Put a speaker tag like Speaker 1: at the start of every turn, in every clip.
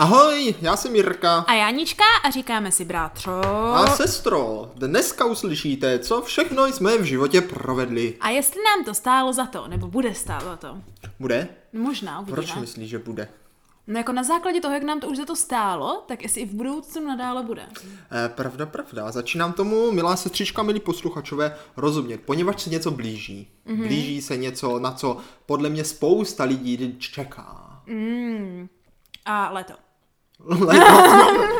Speaker 1: Ahoj, já jsem Jirka.
Speaker 2: A Janička a říkáme si bratro.
Speaker 1: A sestro, dneska uslyšíte, co všechno jsme v životě provedli.
Speaker 2: A jestli nám to stálo za to, nebo bude stálo za to. No
Speaker 1: Bude?
Speaker 2: Možná, uvidíme.
Speaker 1: Proč myslíš, že bude?
Speaker 2: No jako na základě toho, jak nám to už za to stálo, tak jestli i v budoucnu nadále bude.
Speaker 1: Eh, pravda, pravda. Začínám tomu, milá sestřička, milí posluchačové, rozumět, poněvadž se něco blíží. Mm-hmm. Blíží se něco, na co podle mě spousta lidí čeká.
Speaker 2: A leto.
Speaker 1: Léto.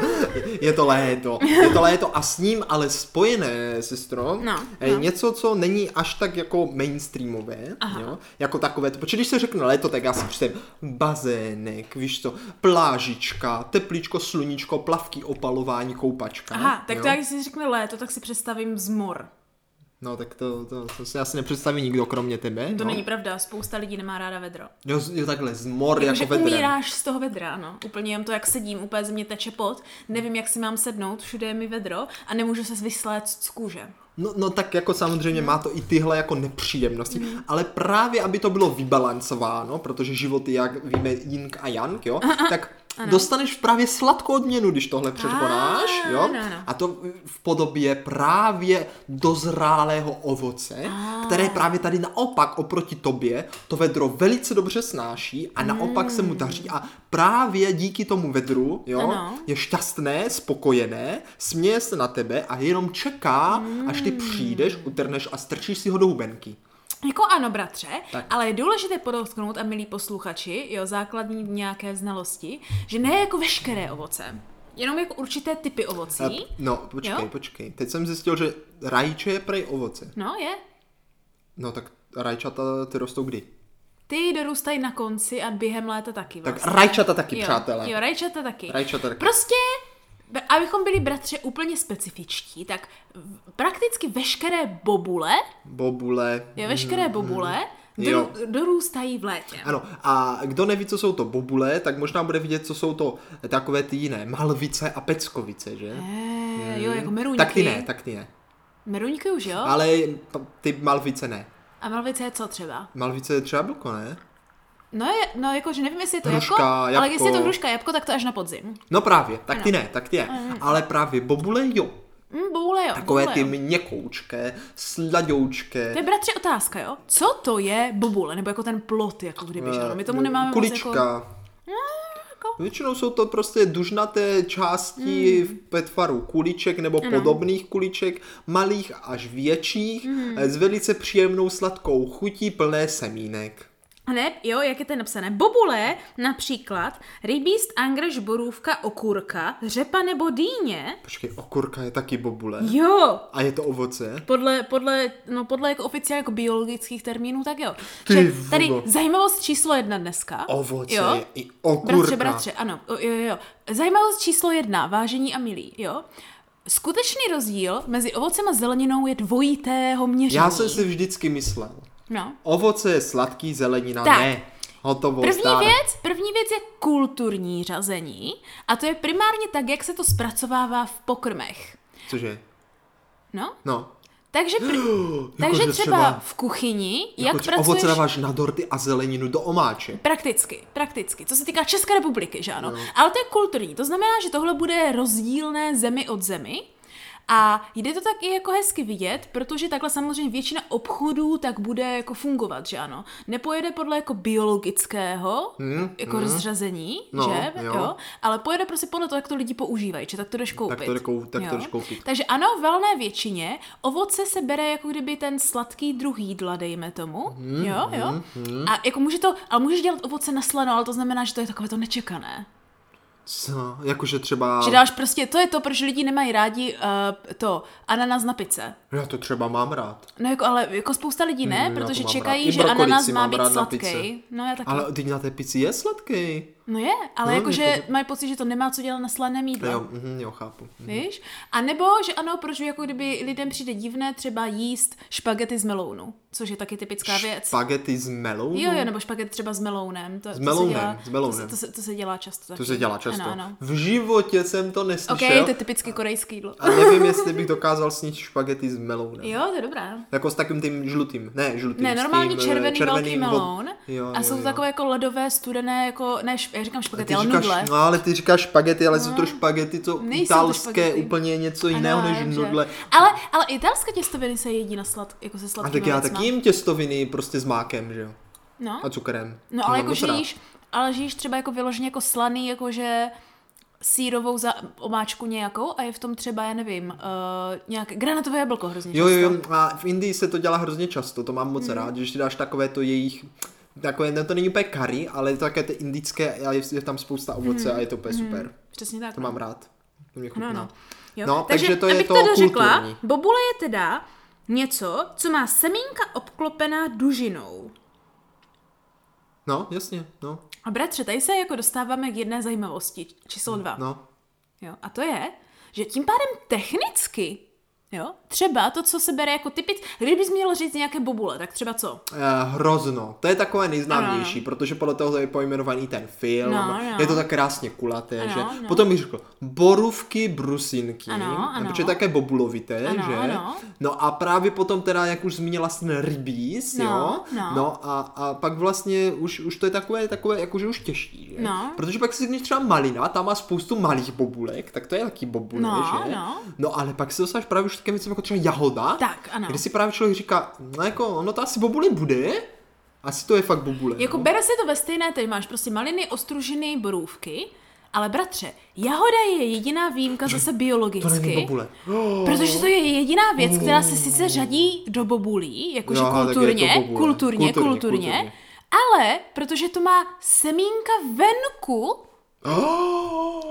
Speaker 1: je to léto. Je to léto a s ním ale spojené, sestro,
Speaker 2: No,
Speaker 1: eh,
Speaker 2: no.
Speaker 1: něco, co není až tak jako mainstreamové, jo? jako takové to. Protože když se řekne léto, tak já si čtem bazének, víš co, plážička, teplíčko, sluníčko, plavky, opalování, koupačka.
Speaker 2: Aha, tak
Speaker 1: jo?
Speaker 2: to jak si řekne léto, tak si představím zmor.
Speaker 1: No tak to, to, to si asi nepředstaví nikdo kromě tebe.
Speaker 2: To
Speaker 1: no.
Speaker 2: není pravda, spousta lidí nemá ráda vedro.
Speaker 1: Jo, z- jo takhle, zmor jako,
Speaker 2: Že
Speaker 1: jako vedrem.
Speaker 2: umíráš z toho vedra, no. Úplně jen to, jak sedím, úplně ze mě teče pot, nevím, jak si mám sednout, všude je mi vedro a nemůžu se vysléct z kůže.
Speaker 1: No, no tak jako samozřejmě má to i tyhle jako nepříjemnosti, ale právě aby to bylo vybalancováno, protože život je, jak víme, Ying a Yang, jo, tak dostaneš právě sladkou odměnu, když tohle překonáš,
Speaker 2: Ah,
Speaker 1: jo,
Speaker 2: no, no.
Speaker 1: a to v podobě právě dozrálého ovoce, které právě tady naopak oproti tobě to vedro velice dobře snáší
Speaker 2: Hmm.
Speaker 1: a naopak se mu daří a právě díky tomu vedru, jo,
Speaker 2: Ano.
Speaker 1: je šťastné, spokojené, směje se na tebe a jenom čeká, až
Speaker 2: Hmm.
Speaker 1: ty přijdeš, utrneš a strčíš si ho do hubenky.
Speaker 2: Jako ano, bratře,
Speaker 1: Tak.
Speaker 2: tak. ale je důležité podotknout, a milí posluchači, jo, základní nějaké znalosti, že ne jako veškeré ovoce, jenom jako určité typy ovocí.
Speaker 1: A- No, počkej,
Speaker 2: Jo?
Speaker 1: počkej. Teď jsem zjistil, že rajče je prej ovoce.
Speaker 2: No je.
Speaker 1: No tak rajčata ty rostou kdy?
Speaker 2: Ty dorůstají na konci a během léta taky
Speaker 1: Tak
Speaker 2: vlastně.
Speaker 1: rajčata taky,
Speaker 2: jo,
Speaker 1: přátelé.
Speaker 2: Jo, rajčata taky.
Speaker 1: Rajčata taky.
Speaker 2: Prostě, b- abychom byli bratře úplně specifičtí, tak v- prakticky veškeré bobule,
Speaker 1: Bobule.
Speaker 2: jo, veškeré bobule,
Speaker 1: Mhm, Jo.
Speaker 2: do, dorůstají v létě.
Speaker 1: Ano, a kdo neví, co jsou to bobule, tak možná bude vidět, co jsou to takové ty jiné, malvice a peckovice, že?
Speaker 2: Eh, jo, jako meruňky.
Speaker 1: Tak ty Mm, ne, tak ty ne.
Speaker 2: Meruňky už, jo?
Speaker 1: Ale p- ty malvice ne.
Speaker 2: A malvice je co třeba?
Speaker 1: Malvice je třeba jablko, ne?
Speaker 2: No, je, no jako, že nevím, jestli je to
Speaker 1: Hruška,
Speaker 2: jabko,
Speaker 1: jabko.
Speaker 2: ale jestli je to hruška, jabko, tak to až na podzim.
Speaker 1: No právě, tak ty ne, tak ty ne.
Speaker 2: Eh.
Speaker 1: Ale právě bobule jo.
Speaker 2: Mm, boule jo,
Speaker 1: Takové
Speaker 2: boule
Speaker 1: ty
Speaker 2: jo.
Speaker 1: měkoučké, sladoučké.
Speaker 2: To je bratře otázka, jo? Co to je bobule, nebo jako ten plot, jako kdyby, že ano? My tomu
Speaker 1: eh,
Speaker 2: nemáme
Speaker 1: Kulička. No,
Speaker 2: moc jako... jako- Hmm.
Speaker 1: Většinou jsou to prostě dužnaté části v petvaru kuliček nebo podobných kuliček, malých až větších,
Speaker 2: Hmm.
Speaker 1: eh, s velice příjemnou sladkou chutí plné semínek.
Speaker 2: A Ne, jo, jak je to napsané. Bobule, například, rybíst, angreš, borůvka, okurka, řepa nebo dýně.
Speaker 1: Počkej, okurka je taky bobule.
Speaker 2: Jo,
Speaker 1: A je to ovoce?
Speaker 2: podle, podle, no podle jako oficiálně jako biologických termínů, tak jo.
Speaker 1: Ty
Speaker 2: Že
Speaker 1: vogo.
Speaker 2: tady zajímavost číslo jedna dneska.
Speaker 1: Ovoce
Speaker 2: jo?
Speaker 1: je i okurka.
Speaker 2: Bratře, bratře, ano, o, jo, jo, jo. Zajímavost číslo jedna, vážení a milí, jo. Skutečný rozdíl mezi ovocem a zeleninou je dvojitého měření.
Speaker 1: Já jsem si vždycky myslel.
Speaker 2: No.
Speaker 1: Ovoce je sladký, zelenina
Speaker 2: Tak.
Speaker 1: ne. Hotovo,
Speaker 2: První
Speaker 1: zdar.
Speaker 2: věc, první věc je kulturní řazení a to je primárně tak, jak se to zpracovává v pokrmech.
Speaker 1: Cože?
Speaker 2: No,
Speaker 1: No.
Speaker 2: takže, pr- takže
Speaker 1: Jakože
Speaker 2: třeba,
Speaker 1: třeba-
Speaker 2: v kuchyni, jak
Speaker 1: Jako,
Speaker 2: pracuješ...
Speaker 1: Ovoce dáváš na dorty a zeleninu do omáček.
Speaker 2: Prakticky, prakticky. Co se týká České republiky, že ano. Ale to je kulturní. To znamená, že tohle bude rozdílné zemi od zemi. A jde to tak i jako hezky vidět, protože takhle samozřejmě většina obchodů tak bude jako fungovat, že ano. Nepojede podle jako biologického jako rozřazení,
Speaker 1: Hmm, No,
Speaker 2: že?
Speaker 1: jo.
Speaker 2: Ale pojede prostě podle toho, jak to lidi používají, že tak to jdeš koupit.
Speaker 1: Tak to jde kou- tak to
Speaker 2: Jo.
Speaker 1: jdeš koupit.
Speaker 2: Takže ano, v valné většině ovoce se bere jako kdyby ten sladký druh jídla, dejme tomu.
Speaker 1: Mhm,
Speaker 2: jo, jo. A jako může to, ale můžeš dělat ovoce na slano, ale to znamená, že to je takové to nečekané.
Speaker 1: Co? Jakože třeba...
Speaker 2: Že dáš prostě, to je to, proč lidi nemají rádi uh, to ananas na pice.
Speaker 1: Já to třeba mám rád.
Speaker 2: No jako, ale jako spousta lidí ne,
Speaker 1: Mm, já
Speaker 2: protože
Speaker 1: to mám
Speaker 2: čekají,
Speaker 1: rád. I
Speaker 2: že
Speaker 1: brokolici
Speaker 2: ananas má
Speaker 1: mám
Speaker 2: být
Speaker 1: rád na
Speaker 2: sladký.
Speaker 1: pice.
Speaker 2: No já taky.
Speaker 1: Ale teď na té pici je sladký.
Speaker 2: No je, ale
Speaker 1: No,
Speaker 2: jakože
Speaker 1: jako-
Speaker 2: mají pocit, že to nemá co dělat na slaném jídle.
Speaker 1: Jo, mhm, jo, chápu.
Speaker 2: Víš? A nebo, že ano, proč jako kdyby lidem přijde divné třeba jíst špagety z melounu, což je taky typická věc.
Speaker 1: Spagety s melou?
Speaker 2: Jo, jo, nebo špagety třeba s melounem. To, s
Speaker 1: melounem,
Speaker 2: to se dělá,
Speaker 1: s melounem.
Speaker 2: To se, to, se, to se dělá často. Taky.
Speaker 1: To se dělá často.
Speaker 2: no, Ano, ano.
Speaker 1: V životě jsem to
Speaker 2: OK,
Speaker 1: neslyšel.
Speaker 2: to je typicky korejský jídlo.
Speaker 1: A nevím, jestli bych dokázal snít špagety s melounem.
Speaker 2: Jo, to je dobrá.
Speaker 1: Jako s takým tím žlutým. Ne, žlutým.
Speaker 2: Ne,
Speaker 1: s
Speaker 2: normální
Speaker 1: tím, eh,
Speaker 2: červený velký
Speaker 1: červeným vod-
Speaker 2: meloun
Speaker 1: Jo,
Speaker 2: a
Speaker 1: jo,
Speaker 2: jsou to
Speaker 1: jo.
Speaker 2: takové jako ledové, studené, jako, ne, šp- já říkám špagety,
Speaker 1: Ty
Speaker 2: ale
Speaker 1: říkáš,
Speaker 2: nudle. No.
Speaker 1: no ale ty říkáš špagety, ale jsou to špagety, to
Speaker 2: Nejsou to
Speaker 1: italské,
Speaker 2: špagety.
Speaker 1: úplně něco
Speaker 2: Ano,
Speaker 1: jiného
Speaker 2: já
Speaker 1: než
Speaker 2: vím, že-
Speaker 1: nudle.
Speaker 2: Ale, ale italské těstoviny se jedí na slad, jako se
Speaker 1: A
Speaker 2: sladkými
Speaker 1: tak já
Speaker 2: věcma.
Speaker 1: taky jim těstoviny prostě s mákem, že jo?
Speaker 2: No,
Speaker 1: A cukrem. To
Speaker 2: no ale
Speaker 1: mám
Speaker 2: jako
Speaker 1: moc rád.
Speaker 2: žijíš, ale žijíš třeba jako vyloženě jako slaný, jakože sírovou za omáčku nějakou a je v tom třeba, já nevím, uh, nějaké granatové jablko hrozně
Speaker 1: Jo, jo, jo,
Speaker 2: často.
Speaker 1: a v Indii se to dělá hrozně často, to mám moc hmm. rád, že si dáš takové to jejich, takové, no to není úplně curry, ale je to také ty indické, a je, je tam spousta ovoce a je to úplně super.
Speaker 2: Přesně tak.
Speaker 1: To mám rád. To mě
Speaker 2: Hmm. No,
Speaker 1: chutná.
Speaker 2: no. Jo.
Speaker 1: No,
Speaker 2: takže,
Speaker 1: takže to je
Speaker 2: abych
Speaker 1: to
Speaker 2: dořekla,
Speaker 1: kulturní.
Speaker 2: bobule je teda něco, co má semínka obklopená dužinou.
Speaker 1: no jasně, no,
Speaker 2: A bratře, tady se jako dostáváme k jedné zajímavosti, číslo dva.
Speaker 1: no.
Speaker 2: Jo, a to je, že tím pádem technicky, jo, třeba to, co se bere jako typic, kdybys měl říct nějaké bobule, tak třeba co?
Speaker 1: Eh, Hrozno. To je takové nejznámější, protože podle toho je pojmenovaný ten film.
Speaker 2: No, no.
Speaker 1: Je to tak krásně kulaté,
Speaker 2: Ano,
Speaker 1: že?
Speaker 2: no.
Speaker 1: Potom bych řekl borůvky, brusinky,
Speaker 2: Ano, ano.
Speaker 1: protože je také bobulovité,
Speaker 2: Ano,
Speaker 1: že?
Speaker 2: ano.
Speaker 1: No a právě potom teda, jak už zmínila jsi ten rybíz,
Speaker 2: No,
Speaker 1: jo?
Speaker 2: no.
Speaker 1: no a, a, pak vlastně už, už to je takové, takové jakože už těžší, že?
Speaker 2: No.
Speaker 1: Protože pak si když třeba malina, tam má spoustu malých bobulek, tak to je taky bobule,
Speaker 2: No,
Speaker 1: že?
Speaker 2: no.
Speaker 1: no. ale pak se dostáváš právě už k takovým věcem jako třeba jahoda,
Speaker 2: Tak, ano.
Speaker 1: kde si právě člověk říká, no jako, ono to asi bobule bude, asi to je fakt bobule.
Speaker 2: Jako
Speaker 1: no.
Speaker 2: bere se to ve stejné, tady máš prostě maliny, ostružiny, borůvky, ale bratře, jahoda je jediná výjimka zase
Speaker 1: to není
Speaker 2: biologicky.
Speaker 1: bobule. Oh!
Speaker 2: Protože to je jediná věc, která se sice řadí do bobulí, jakože
Speaker 1: Jo, aha, tak je to
Speaker 2: kulturně, kulturně,
Speaker 1: bobule.
Speaker 2: kulturně,
Speaker 1: Kulturně,
Speaker 2: kulturně,
Speaker 1: kulturně.
Speaker 2: ale protože to má semínka venku,
Speaker 1: Oh,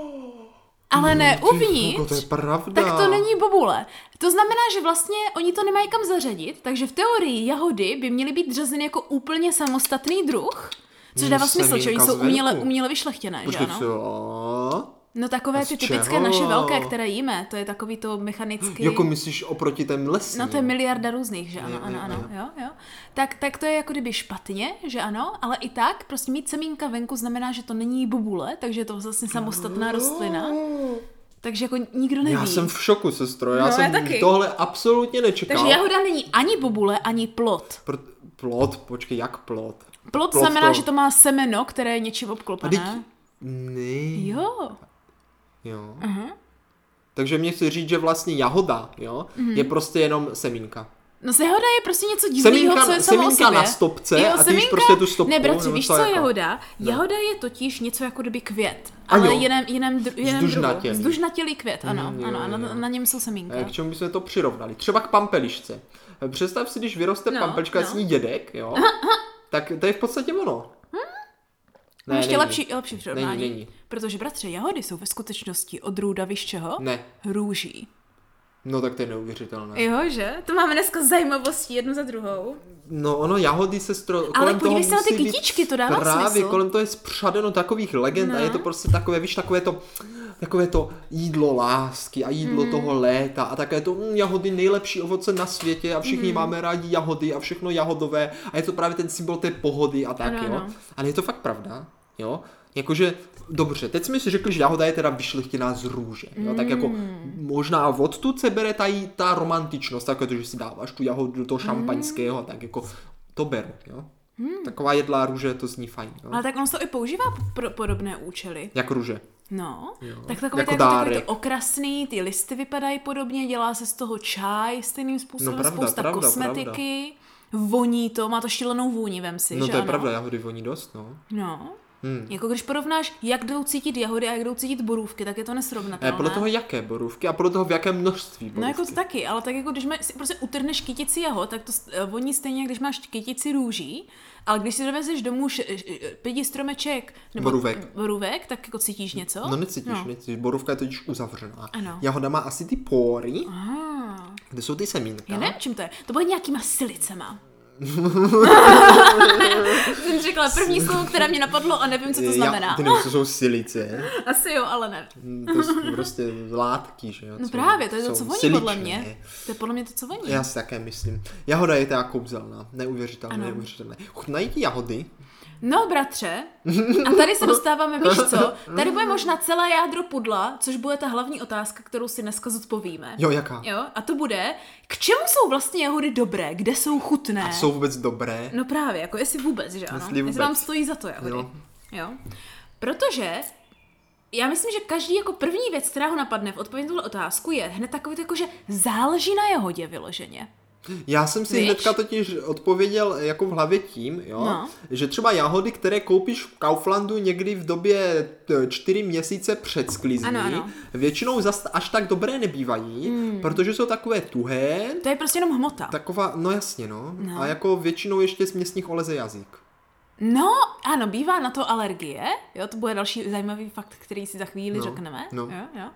Speaker 2: ale ne
Speaker 1: Jako, to je
Speaker 2: uvnitř,
Speaker 1: pravda.
Speaker 2: tak to není bobule. To znamená, že vlastně oni to nemají kam zařadit, takže v teorii jahody by měly být řazeny jako úplně samostatný druh. Což
Speaker 1: Mm,
Speaker 2: dává smysl, že oni
Speaker 1: semínka
Speaker 2: jsou
Speaker 1: zvenku.
Speaker 2: uměle, uměle vyšlechtěné, že
Speaker 1: Počkej,
Speaker 2: ano?
Speaker 1: co?
Speaker 2: No takové
Speaker 1: A z
Speaker 2: ty typické
Speaker 1: čeho?
Speaker 2: naše velké, které jíme, to je takový to mechanický...
Speaker 1: Jako Mm, myslíš oproti těm lesním?
Speaker 2: No to je miliarda různých, že ano,
Speaker 1: Jo,
Speaker 2: ano,
Speaker 1: jo,
Speaker 2: ano, jo, jo. Tak, tak to je jako kdyby špatně, že ano, ale i tak prostě mít semínka venku znamená, že to není bobule, takže je to vlastně samostatná rostlina,
Speaker 1: Oh.
Speaker 2: takže jako nikdo neví.
Speaker 1: Já jsem v šoku, sestro. Já
Speaker 2: No, já
Speaker 1: jsem
Speaker 2: taky.
Speaker 1: tohle absolutně nečekal.
Speaker 2: Takže jahoda není ani bobule, ani plot.
Speaker 1: Pr- plot, počkej, jak plot?
Speaker 2: Plot,
Speaker 1: Plot
Speaker 2: znamená,
Speaker 1: to-
Speaker 2: že to má semeno, které je něčím
Speaker 1: A teď...
Speaker 2: obklopené.
Speaker 1: Ne.
Speaker 2: Jo.
Speaker 1: Jo. Takže mě chci říct, že vlastně jahoda, jo,
Speaker 2: Mhm.
Speaker 1: je prostě jenom semínka.
Speaker 2: No se jahoda je prostě něco divného,
Speaker 1: Semínka-
Speaker 2: co je samo o
Speaker 1: semínka
Speaker 2: sobě.
Speaker 1: na stopce a ty už prostě tu stopku,
Speaker 2: Ne, bratře,
Speaker 1: nebo
Speaker 2: víš
Speaker 1: co
Speaker 2: co je
Speaker 1: jako?
Speaker 2: jahoda? Jahoda je totiž něco jako kdyby květ,
Speaker 1: A
Speaker 2: ale
Speaker 1: jo.
Speaker 2: jiném, jiném, dru, jiném
Speaker 1: Zdužnatělý.
Speaker 2: druhu. Zdužnatělý květ, ano,
Speaker 1: Mm, jo,
Speaker 2: ano, a
Speaker 1: jo,
Speaker 2: na,
Speaker 1: jo.
Speaker 2: na něm jsou semínka.
Speaker 1: Eh, K čemu bychom to přirovnali? Třeba k pampelišce. Eh, Představ si, když vyroste
Speaker 2: No,
Speaker 1: no, pampeliška,
Speaker 2: no.
Speaker 1: no. s ní dědek, jo, tak to je v podstatě ono.
Speaker 2: Ne, Hmm? ještě
Speaker 1: není.
Speaker 2: lepší, lepší přirovnání.
Speaker 1: Není, není.
Speaker 2: Protože, bratře, jahody jsou ve skutečnosti odrůda, víš čeho?
Speaker 1: Ne.
Speaker 2: Růží.
Speaker 1: No tak to je neuvěřitelné.
Speaker 2: Jo, že? To máme dneska zajímavosti jednu za druhou.
Speaker 1: No ono, jahody, sestro, kolem
Speaker 2: podívej
Speaker 1: toho
Speaker 2: se na ty
Speaker 1: musí být
Speaker 2: kytičky, to dává
Speaker 1: Právě
Speaker 2: smysl.
Speaker 1: kolem toho je spřadeno takových legend
Speaker 2: No.
Speaker 1: a je to prostě takové, víš, takové to, takové to jídlo lásky a jídlo
Speaker 2: Mm.
Speaker 1: toho léta a také to mm, jahody nejlepší ovoce na světě a
Speaker 2: Mm.
Speaker 1: všichni máme rádi jahody a všechno jahodové a je to právě ten symbol té pohody a tak,
Speaker 2: Ano,
Speaker 1: jo.
Speaker 2: ano.
Speaker 1: Ale je to fakt pravda, jo. Jakože, dobře, teď jsme si řekli, že jahoda je teda vyšlechtěná z růže, jo, tak jako
Speaker 2: Mm.
Speaker 1: možná odtud se bere ta, jí- ta romantičnost, takové to, že si dáváš tu jahodu do
Speaker 2: Mm.
Speaker 1: toho šampaňského, tak jako to beru, jo.
Speaker 2: Mm.
Speaker 1: Taková jedlá růže, to zní fajn, jo.
Speaker 2: Ale tak on se to i používá pro podobné účely.
Speaker 1: Jak růže.
Speaker 2: No,
Speaker 1: Jo.
Speaker 2: tak takové
Speaker 1: Jako
Speaker 2: jako takový to
Speaker 1: dárek.
Speaker 2: okrasný, ty listy vypadají podobně, dělá se z toho čaj stejným způsobem,
Speaker 1: No, pravda,
Speaker 2: spousta
Speaker 1: pravda,
Speaker 2: kosmetiky, voní to, má to šílenou vůni, vem si,
Speaker 1: No
Speaker 2: že
Speaker 1: to je
Speaker 2: ano?
Speaker 1: pravda, jahody voní dost, no.
Speaker 2: No,
Speaker 1: Hmm.
Speaker 2: jako když porovnáš, jak jdou cítit jahody a jak jdou cítit borůvky, tak je to nesrovnatelné.
Speaker 1: Eh, podle toho jaké borůvky a podle toho v jakém množství borůvky.
Speaker 2: No jako to taky, ale tak jako když má, si prostě utrhneš kytici jeho, tak to s- eh, voní stejně, jak když máš kytici růží, ale když si dovezeš domů š, š, pěti stromeček nebo
Speaker 1: Borůvek.
Speaker 2: borůvek, tak jako cítíš něco?
Speaker 1: No necítíš, no. necítíš, borůvka je totiž uzavřená.
Speaker 2: Ano.
Speaker 1: Jahoda má asi ty pory,
Speaker 2: Ah.
Speaker 1: kde jsou ty semínka.
Speaker 2: Já nevím, čím to je. To bylo nějakýma silicema. Jsem řekla první slovo, které mě napadlo a nevím, co
Speaker 1: E,
Speaker 2: to
Speaker 1: Já,
Speaker 2: znamená.
Speaker 1: ty nevím, co jsou silice.
Speaker 2: Asi jo, ale ne.
Speaker 1: To jsou prostě látky, že jo?
Speaker 2: No
Speaker 1: co
Speaker 2: právě, to je to,
Speaker 1: jsou
Speaker 2: co voní
Speaker 1: siličné.
Speaker 2: podle mě. To je podle mě to, co voní.
Speaker 1: Já si také myslím. Jahoda je teda kouzelná, neuvěřitelná,
Speaker 2: Ano.
Speaker 1: neuvěřitelná. Chutnají ti jahody?
Speaker 2: No, bratře, a tady se dostáváme, víš co? Tady bude možná celé jádro pudla, což bude ta hlavní otázka, kterou si dneska zodpovíme.
Speaker 1: Jo, jaká?
Speaker 2: Jo, a to bude, k čemu jsou vlastně jahody dobré, kde jsou chutné?
Speaker 1: A jsou vůbec dobré?
Speaker 2: No právě, jako jestli vůbec, že ano.
Speaker 1: Jestli vůbec.
Speaker 2: vám stojí za to jahody. Jo.
Speaker 1: Jo.
Speaker 2: jo. Protože já myslím, že každý jako první věc, která ho napadne v odpovědi na tuhle otázku, je hned takový, to jako, že záleží na jeho hodě vyloženě.
Speaker 1: Já jsem si
Speaker 2: Víš?
Speaker 1: hnedka totiž odpověděl jako v hlavě tím, jo,
Speaker 2: No.
Speaker 1: že třeba jahody, které koupíš v Kauflandu někdy v době t- čtyři měsíce před sklizní,
Speaker 2: Ano, ano. Hmm.
Speaker 1: většinou zas až tak dobré nebývají, protože jsou takové tuhé,
Speaker 2: To je prostě jenom hmota.
Speaker 1: taková, no jasně no,
Speaker 2: No.
Speaker 1: a jako většinou ještě z městních oleze jazyk.
Speaker 2: No, ano, bývá na to alergie, jo, to bude další zajímavý fakt, který si za chvíli
Speaker 1: No,
Speaker 2: řekneme.
Speaker 1: no.
Speaker 2: Jo, jo.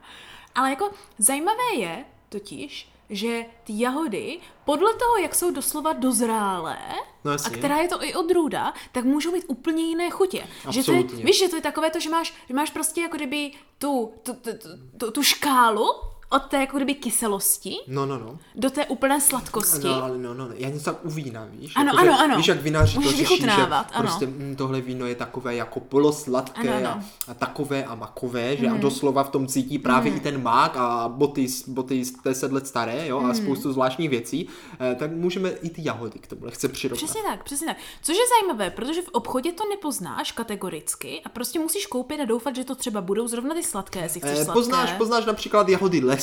Speaker 2: Ale jako zajímavé je totiž, že ty jahody, podle toho, jak jsou doslova dozrálé,
Speaker 1: No
Speaker 2: a
Speaker 1: jasně.
Speaker 2: která je to i odrůda, tak můžou mít úplně jiné chutě. Že to je,
Speaker 1: Absolutně.
Speaker 2: víš, že to je takové to, že máš, že máš prostě jako kdyby tu, tu, tu, tu, tu, tu škálu od té jako kdyby kyselosti
Speaker 1: No, no, no.
Speaker 2: do té úplné sladkosti.
Speaker 1: No, ale no, no, no, já něco tak u vína, víš?
Speaker 2: Ano,
Speaker 1: Jakože-
Speaker 2: ano, ano.
Speaker 1: Víš, jak vinaři to
Speaker 2: Můžeš
Speaker 1: řeší, že
Speaker 2: vychutnávat, ano.
Speaker 1: prostě mm, tohle víno je takové jako polosladké
Speaker 2: Ano,
Speaker 1: ano,
Speaker 2: ano. Mhm.
Speaker 1: ano. A, a takové a makové, že a doslova v tom cítí právě i ten mák a boty, z- boty z 10 let staré, jo,
Speaker 2: Mhm.
Speaker 1: a spoustu zvláštních věcí, eh, tak můžeme i ty jahody k tomu lehce přirovnat.
Speaker 2: Přesně tak, přesně tak. Což je zajímavé, protože v obchodě to nepoznáš kategoricky a prostě musíš koupit a doufat, že to třeba budou zrovna ty sladké, jestli chceš
Speaker 1: Eh,
Speaker 2: sladké.
Speaker 1: Poznáš, poznáš například jahody lesní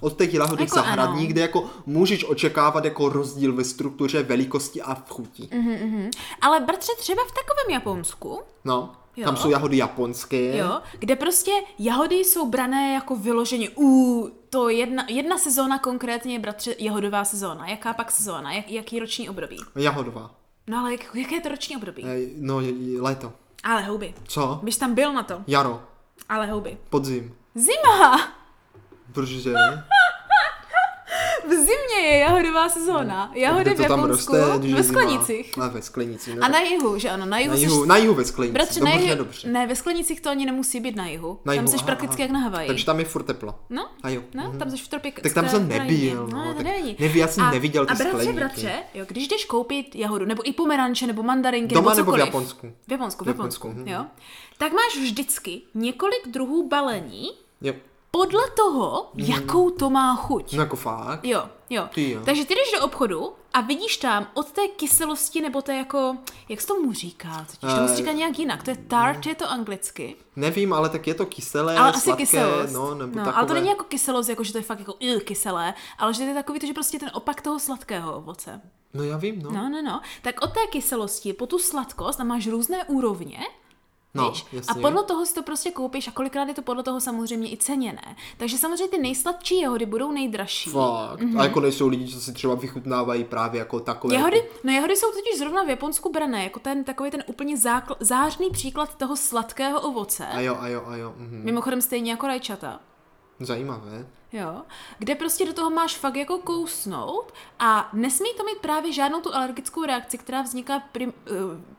Speaker 1: od těch jahody
Speaker 2: Jako
Speaker 1: jako zahradní,
Speaker 2: ano.
Speaker 1: ano. kde jako můžeš očekávat jako rozdíl ve struktuře, velikosti a v chuti.
Speaker 2: Mhm.
Speaker 1: Mm.
Speaker 2: Ale bratře, třeba v takovém Japonsku,
Speaker 1: No,
Speaker 2: Jo.
Speaker 1: tam jsou jahody japonské.
Speaker 2: jo, kde prostě jahody jsou brané jako vyloženě, ú, to jedna, jedna sezóna konkrétně je bratře jahodová sezóna. Jaká pak sezóna? Jak, jaký roční období?
Speaker 1: Jahodová.
Speaker 2: No ale jak, jaké je to roční období?
Speaker 1: Eh, No, je- je- léto.
Speaker 2: Ale houby.
Speaker 1: Co?
Speaker 2: Byš tam byl na to.
Speaker 1: Jaro.
Speaker 2: Ale houby.
Speaker 1: Podzim.
Speaker 2: Zima!
Speaker 1: Protože
Speaker 2: V zimě je jahodová sezóna. Jahody
Speaker 1: No, kde
Speaker 2: v
Speaker 1: to tam
Speaker 2: Japonsku,
Speaker 1: roste, když je
Speaker 2: ve
Speaker 1: zima.
Speaker 2: sklenicích.
Speaker 1: A ve sklenicích. No.
Speaker 2: A na jihu, že ano, na jihu,
Speaker 1: na,
Speaker 2: jsi-
Speaker 1: jihu, na jihu ve sklenicích.
Speaker 2: Bratře,
Speaker 1: dobře,
Speaker 2: na jihu,
Speaker 1: dobře.
Speaker 2: ne, ve Sklenicích to ani nemusí být na jihu.
Speaker 1: Na
Speaker 2: tam
Speaker 1: jihu,
Speaker 2: jsi
Speaker 1: aha,
Speaker 2: prakticky
Speaker 1: aha.
Speaker 2: jak na Havaji.
Speaker 1: Takže tam je furt teplo.
Speaker 2: No,
Speaker 1: A jo. Mhm.
Speaker 2: no, tam jsi v tropik.
Speaker 1: Tak tam jsem nebyl,
Speaker 2: No,
Speaker 1: no,
Speaker 2: no to
Speaker 1: tak
Speaker 2: není.
Speaker 1: neví, já jsem
Speaker 2: a,
Speaker 1: neviděl ty
Speaker 2: A bratře,
Speaker 1: skleníky.
Speaker 2: bratře, jo, když jdeš koupit jahodu, nebo i pomeranče, nebo mandarinky,
Speaker 1: Doma nebo
Speaker 2: nebo
Speaker 1: v
Speaker 2: jako cokoliv.
Speaker 1: Japonsku?
Speaker 2: V Japonsku, v
Speaker 1: V
Speaker 2: Japonsku,
Speaker 1: Japonsku, mhm.
Speaker 2: jo. Tak máš vždycky několik druhů balení
Speaker 1: Jo.
Speaker 2: podle toho,
Speaker 1: Mhm.
Speaker 2: jakou to má chuť.
Speaker 1: No jako fakt.
Speaker 2: Jo, jo.
Speaker 1: Ty jo.
Speaker 2: Takže ty jdeš do obchodu a vidíš tam od té kyselosti nebo té jako, jak se tomu říká, totiž tomu se
Speaker 1: Eh,
Speaker 2: říká nějak jinak, to je tart, je to anglicky,
Speaker 1: Nevím, ale tak je to kyselé,
Speaker 2: ale asi
Speaker 1: No. sladké,
Speaker 2: kyselost.
Speaker 1: no, nebo
Speaker 2: no,
Speaker 1: takové.
Speaker 2: ale to není jako kyselost, jako že to je fakt jako "Ugh, kyselé, ale že to je takový to, že prostě ten opak toho sladkého ovoce.
Speaker 1: No já vím, no.
Speaker 2: No, no, no. Tak od té kyselosti po tu sladkost a máš různé úrovně,
Speaker 1: No,
Speaker 2: Víš? A
Speaker 1: jasně.
Speaker 2: podle toho si to prostě koupíš a kolikrát je to podle toho samozřejmě i ceněné. Takže samozřejmě ty nejsladší jehody budou nejdražší.
Speaker 1: Fakt.
Speaker 2: Mhm.
Speaker 1: A jako nejsou lidi, co si třeba vychutnávají právě jako takové.
Speaker 2: Jahody, no jahody jsou totiž zrovna v Japonsku brané, jako ten takový ten úplně zákl, zářný příklad toho sladkého ovoce.
Speaker 1: A jo, a jo, a jo. Mhm.
Speaker 2: Mimochodem stejně jako rajčata.
Speaker 1: Zajímavé.
Speaker 2: Jo, kde prostě do toho máš fakt jako kousnout a nesmí to mít právě žádnou tu alergickou reakci, která vzniká prim, eh,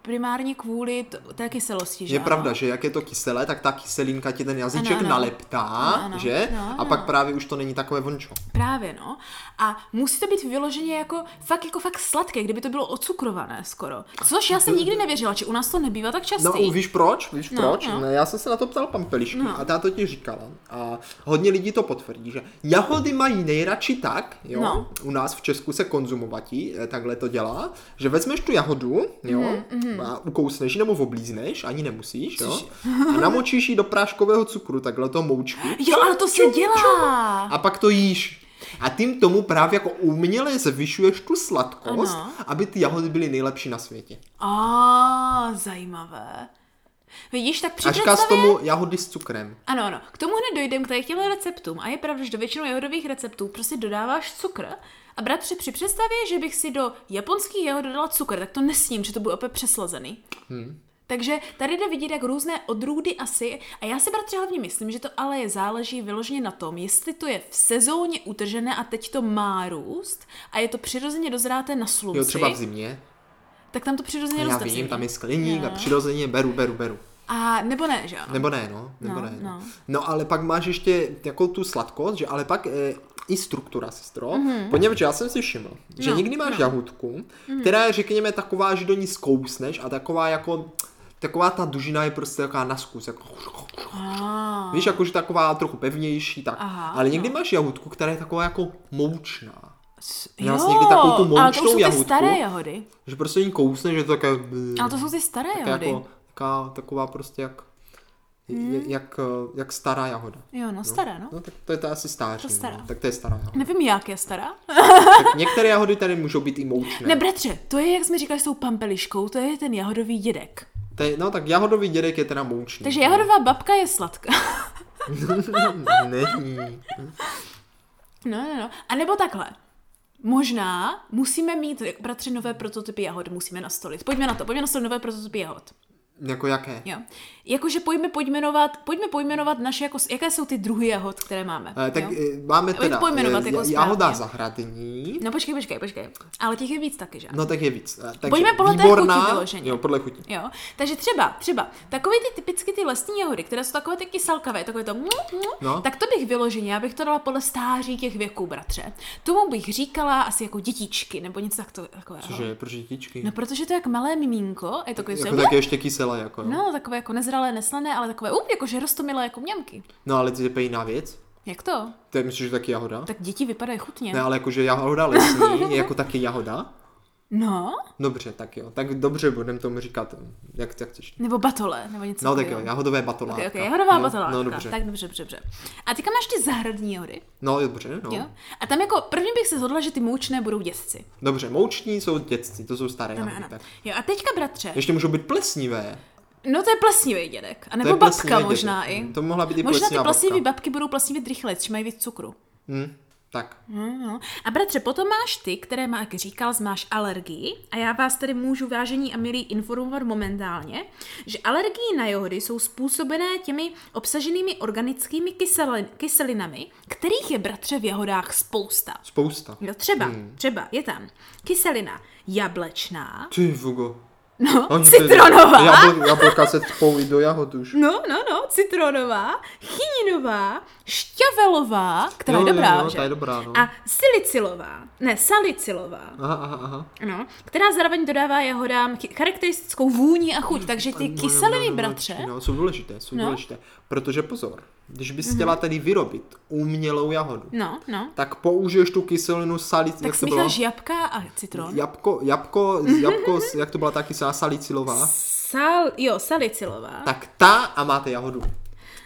Speaker 2: primárně kvůli t- té kyselosti, že
Speaker 1: Je
Speaker 2: ano?
Speaker 1: pravda, že jak je to kyselé, tak ta kyselinka ti ten jazyček
Speaker 2: Ano, ano.
Speaker 1: ano, naleptá,
Speaker 2: Ano, ano.
Speaker 1: že?
Speaker 2: No,
Speaker 1: a
Speaker 2: ano.
Speaker 1: pak právě už to není takové vončo.
Speaker 2: Právě, no. A musí to být vyloženě jako fakt, jako fakt sladké, kdyby to bylo ocukrované skoro. Což já jsem nikdy nevěřila, že u nás to nebývá tak často.
Speaker 1: No víš proč? Víš
Speaker 2: No,
Speaker 1: proč?
Speaker 2: no.
Speaker 1: No. Já jsem se na to ptal pampelišku
Speaker 2: No.
Speaker 1: no. a ta to ti říkala. A hodně lidí to potvrdí, že jahody mají nejradši tak, jo?
Speaker 2: No.
Speaker 1: U nás v Česku se konzumovatí eh, takhle to dělá, že vezmeš tu jahodu, jo?
Speaker 2: Mhm,
Speaker 1: A ukousneš ji nebo oblízneš, ani nemusíš, jo? A namočíš ji do práškového cukru, takhle to moučku.
Speaker 2: Jo, ale to se dělá.
Speaker 1: a pak to jíš. A tím tomu právě jako uměle zvyšuješ tu sladkost,
Speaker 2: Ano.
Speaker 1: ano. aby ty jahody byly nejlepší na světě.
Speaker 2: A zajímavé. Vidíš, tak při
Speaker 1: A říká z
Speaker 2: představě...
Speaker 1: tomu jahody s cukrem.
Speaker 2: Ano, ano. K tomu hned dojdem k tady k těmhle receptům. A je pravda, že do většinu jahodových receptů prostě dodáváš cukr. A bratře, při představě, že bych si do japonských jahod dodala cukr, tak to nesním, že to bude opět přeslazený.
Speaker 1: Hmm.
Speaker 2: Takže tady jde vidět, jak různé odrůdy asi, a já si bratře hlavně myslím, že to ale je záleží vyloženě na tom, jestli to je v sezóně utržené a teď to má růst a je to přirozeně dozráté na slunci,
Speaker 1: Jo, třeba v zimě.
Speaker 2: tak tam to přirozeně
Speaker 1: Já
Speaker 2: roste v
Speaker 1: vím,
Speaker 2: zimě.
Speaker 1: tam je skleník a
Speaker 2: Jo.
Speaker 1: přirozeně beru, beru, beru.
Speaker 2: A nebo ne, že ano?
Speaker 1: Nebo ne, no. Nebo
Speaker 2: No,
Speaker 1: ne,
Speaker 2: no.
Speaker 1: no. no ale pak máš ještě jako tu sladkost, že ale pak e, i struktura, sestro, mm-hmm. poněvadž já jsem si všiml, že
Speaker 2: Mhm. No,
Speaker 1: no, někdy máš
Speaker 2: no.
Speaker 1: no. jahudku, která je řekněme taková, že do ní zkousneš a taková jako, taková ta dužina je prostě taková na zkus, jako
Speaker 2: A,
Speaker 1: Víš, jakože taková trochu pevnější, tak.
Speaker 2: Aha,
Speaker 1: ale někdy
Speaker 2: no.
Speaker 1: máš jahudku, která je taková jako moučná.
Speaker 2: s-
Speaker 1: Měla jsi někdy takovou tu
Speaker 2: ale to už
Speaker 1: moučnou
Speaker 2: jsou ty
Speaker 1: jahůdku?
Speaker 2: staré jahody.
Speaker 1: Že prostě jí kousne, že to také...
Speaker 2: Ale to jsou ty staré
Speaker 1: také
Speaker 2: jahody. Hmm.
Speaker 1: jako, taká, taková prostě jak... j- jak, eh, jak stará jahoda.
Speaker 2: Jo, no stará, no.
Speaker 1: No tak to je to asi stáří.
Speaker 2: To stará.
Speaker 1: No. Tak to je stará jahoda.
Speaker 2: Nevím, jak je stará.
Speaker 1: Tak některé jahody tady můžou být i moučné.
Speaker 2: Ne, bratře, to je, jak jsme říkali s tou pampeliškou, to je ten jahodový dědek.
Speaker 1: To je, no tak jahodový dědek je teda moučný.
Speaker 2: Takže jahodová babka je sladká.
Speaker 1: Není.
Speaker 2: No, no, no. A nebo takhle. Možná musíme mít, bratři, nové prototypy jahod, musíme nastolit. Pojďme na to, pojďme nastolit nové prototypy jahod.
Speaker 1: Jako jaké?
Speaker 2: Jo. Jakože pojďme pojmenovat, pojďme pojmenovat naše, jako, jaké jsou ty druhy jahod, které máme.
Speaker 1: Eh, tak
Speaker 2: jo?
Speaker 1: eh, máme
Speaker 2: Pojď
Speaker 1: teda
Speaker 2: pojmenovat
Speaker 1: eh,
Speaker 2: jako
Speaker 1: ja-
Speaker 2: správně.
Speaker 1: jahoda zahradní.
Speaker 2: No počkej, počkej, počkej. Ale těch je víc taky, že?
Speaker 1: No tak je víc. Eh, Takže
Speaker 2: Pojďme podle té
Speaker 1: výborná,
Speaker 2: chuti vyloženě.
Speaker 1: Jo, podle chuti.
Speaker 2: Jo, takže třeba, třeba, takové ty typicky ty lesní jahody, které jsou takové ty kyselkavé, takové to, mu, mu,
Speaker 1: No.
Speaker 2: tak to bych vyloženě, já bych to dala podle stáří těch věků, bratře. Tomu bych říkala asi jako dětičky, nebo něco takto, takového.
Speaker 1: Cože, pro žítičky.
Speaker 2: No, protože to je jak malé miminko, je takové,
Speaker 1: jako
Speaker 2: jako
Speaker 1: tak je ještě kyselé, jako jo.
Speaker 2: no, takové jako nezralé, neslané, ale takové, up, jakože rostomilé jako mňamky.
Speaker 1: No ale to je úplně jiná věc.
Speaker 2: Jak to?
Speaker 1: To je, myslíš, že taky jahoda?
Speaker 2: Tak děti vypadají chutně.
Speaker 1: Ne, ale jakože jahoda lesní je jako taky jahoda.
Speaker 2: No,
Speaker 1: Dobře, tak jo. Tak dobře, budeme tomu říkat, jak, jak chceš.
Speaker 2: nebo batole, nebo něco
Speaker 1: No tak jo,
Speaker 2: takového.
Speaker 1: jahodové batolátka.
Speaker 2: Okay, okay, jahodová
Speaker 1: no,
Speaker 2: batolátka.
Speaker 1: No dobře.
Speaker 2: Tak dobře, dobře, dobře. A teďka máš ty zahradní jahody.
Speaker 1: No dobře, no.
Speaker 2: Jo? A tam jako první bych se zhodla, že ty moučné budou děsci.
Speaker 1: Dobře, mouční jsou dětci, to jsou staré jahody.
Speaker 2: Ano.
Speaker 1: Tak.
Speaker 2: Jo, a teďka bratře.
Speaker 1: Ještě můžou být plesnivé.
Speaker 2: No to je plesnivý dědek. A
Speaker 1: To
Speaker 2: nebo
Speaker 1: je plesnivé
Speaker 2: babka
Speaker 1: děti.
Speaker 2: možná i.
Speaker 1: Hm, To mohla být i
Speaker 2: možná ty
Speaker 1: plesnivá
Speaker 2: plesnivé
Speaker 1: babka.
Speaker 2: babky budou plesnivit rychleji, protože mají víc cukru.
Speaker 1: Hm, tak.
Speaker 2: No, no. A bratře, potom máš ty, které, má, jak říkal, máš alergii a já vás tady můžu, vážení a milí, informovat momentálně, že alergii na jahody jsou způsobené těmi obsaženými organickými kyselin, kyselinami, kterých je bratře v jahodách spousta.
Speaker 1: Spousta.
Speaker 2: No třeba, hmm. třeba, je tam kyselina jablečná,
Speaker 1: Ty, Vugo.
Speaker 2: no,
Speaker 1: Oni se-
Speaker 2: citronová,
Speaker 1: Jabl, jablka se cpou i do jahod už.
Speaker 2: no, no, no, citronová, chyninová, šťavelová, která
Speaker 1: Jo,
Speaker 2: je
Speaker 1: jo,
Speaker 2: dobrá,
Speaker 1: jo,
Speaker 2: že?
Speaker 1: ta je dobrá, no.
Speaker 2: A silicilová, ne, salicilová,
Speaker 1: Aha, aha, aha.
Speaker 2: no, která zároveň dodává jahodám chy- charakteristickou vůni a
Speaker 1: Hmm,
Speaker 2: chuť, takže ty kyseliny, bratře,
Speaker 1: No, jsou důležité, jsou
Speaker 2: No. Mhm.
Speaker 1: důležité. Protože pozor, když bys chtěla tedy vyrobit umělou jahodu,
Speaker 2: no, no,
Speaker 1: tak použiješ tu kyselinu salic,
Speaker 2: tak
Speaker 1: jak to bylo?
Speaker 2: smícháš jabka a citron.
Speaker 1: Jabko, jabko,
Speaker 2: Mhm.
Speaker 1: z- jabko, z- jak to byla ta kyselá salicilová?
Speaker 2: Sal, jo, salicilová.
Speaker 1: Tak ta a máte jahodu.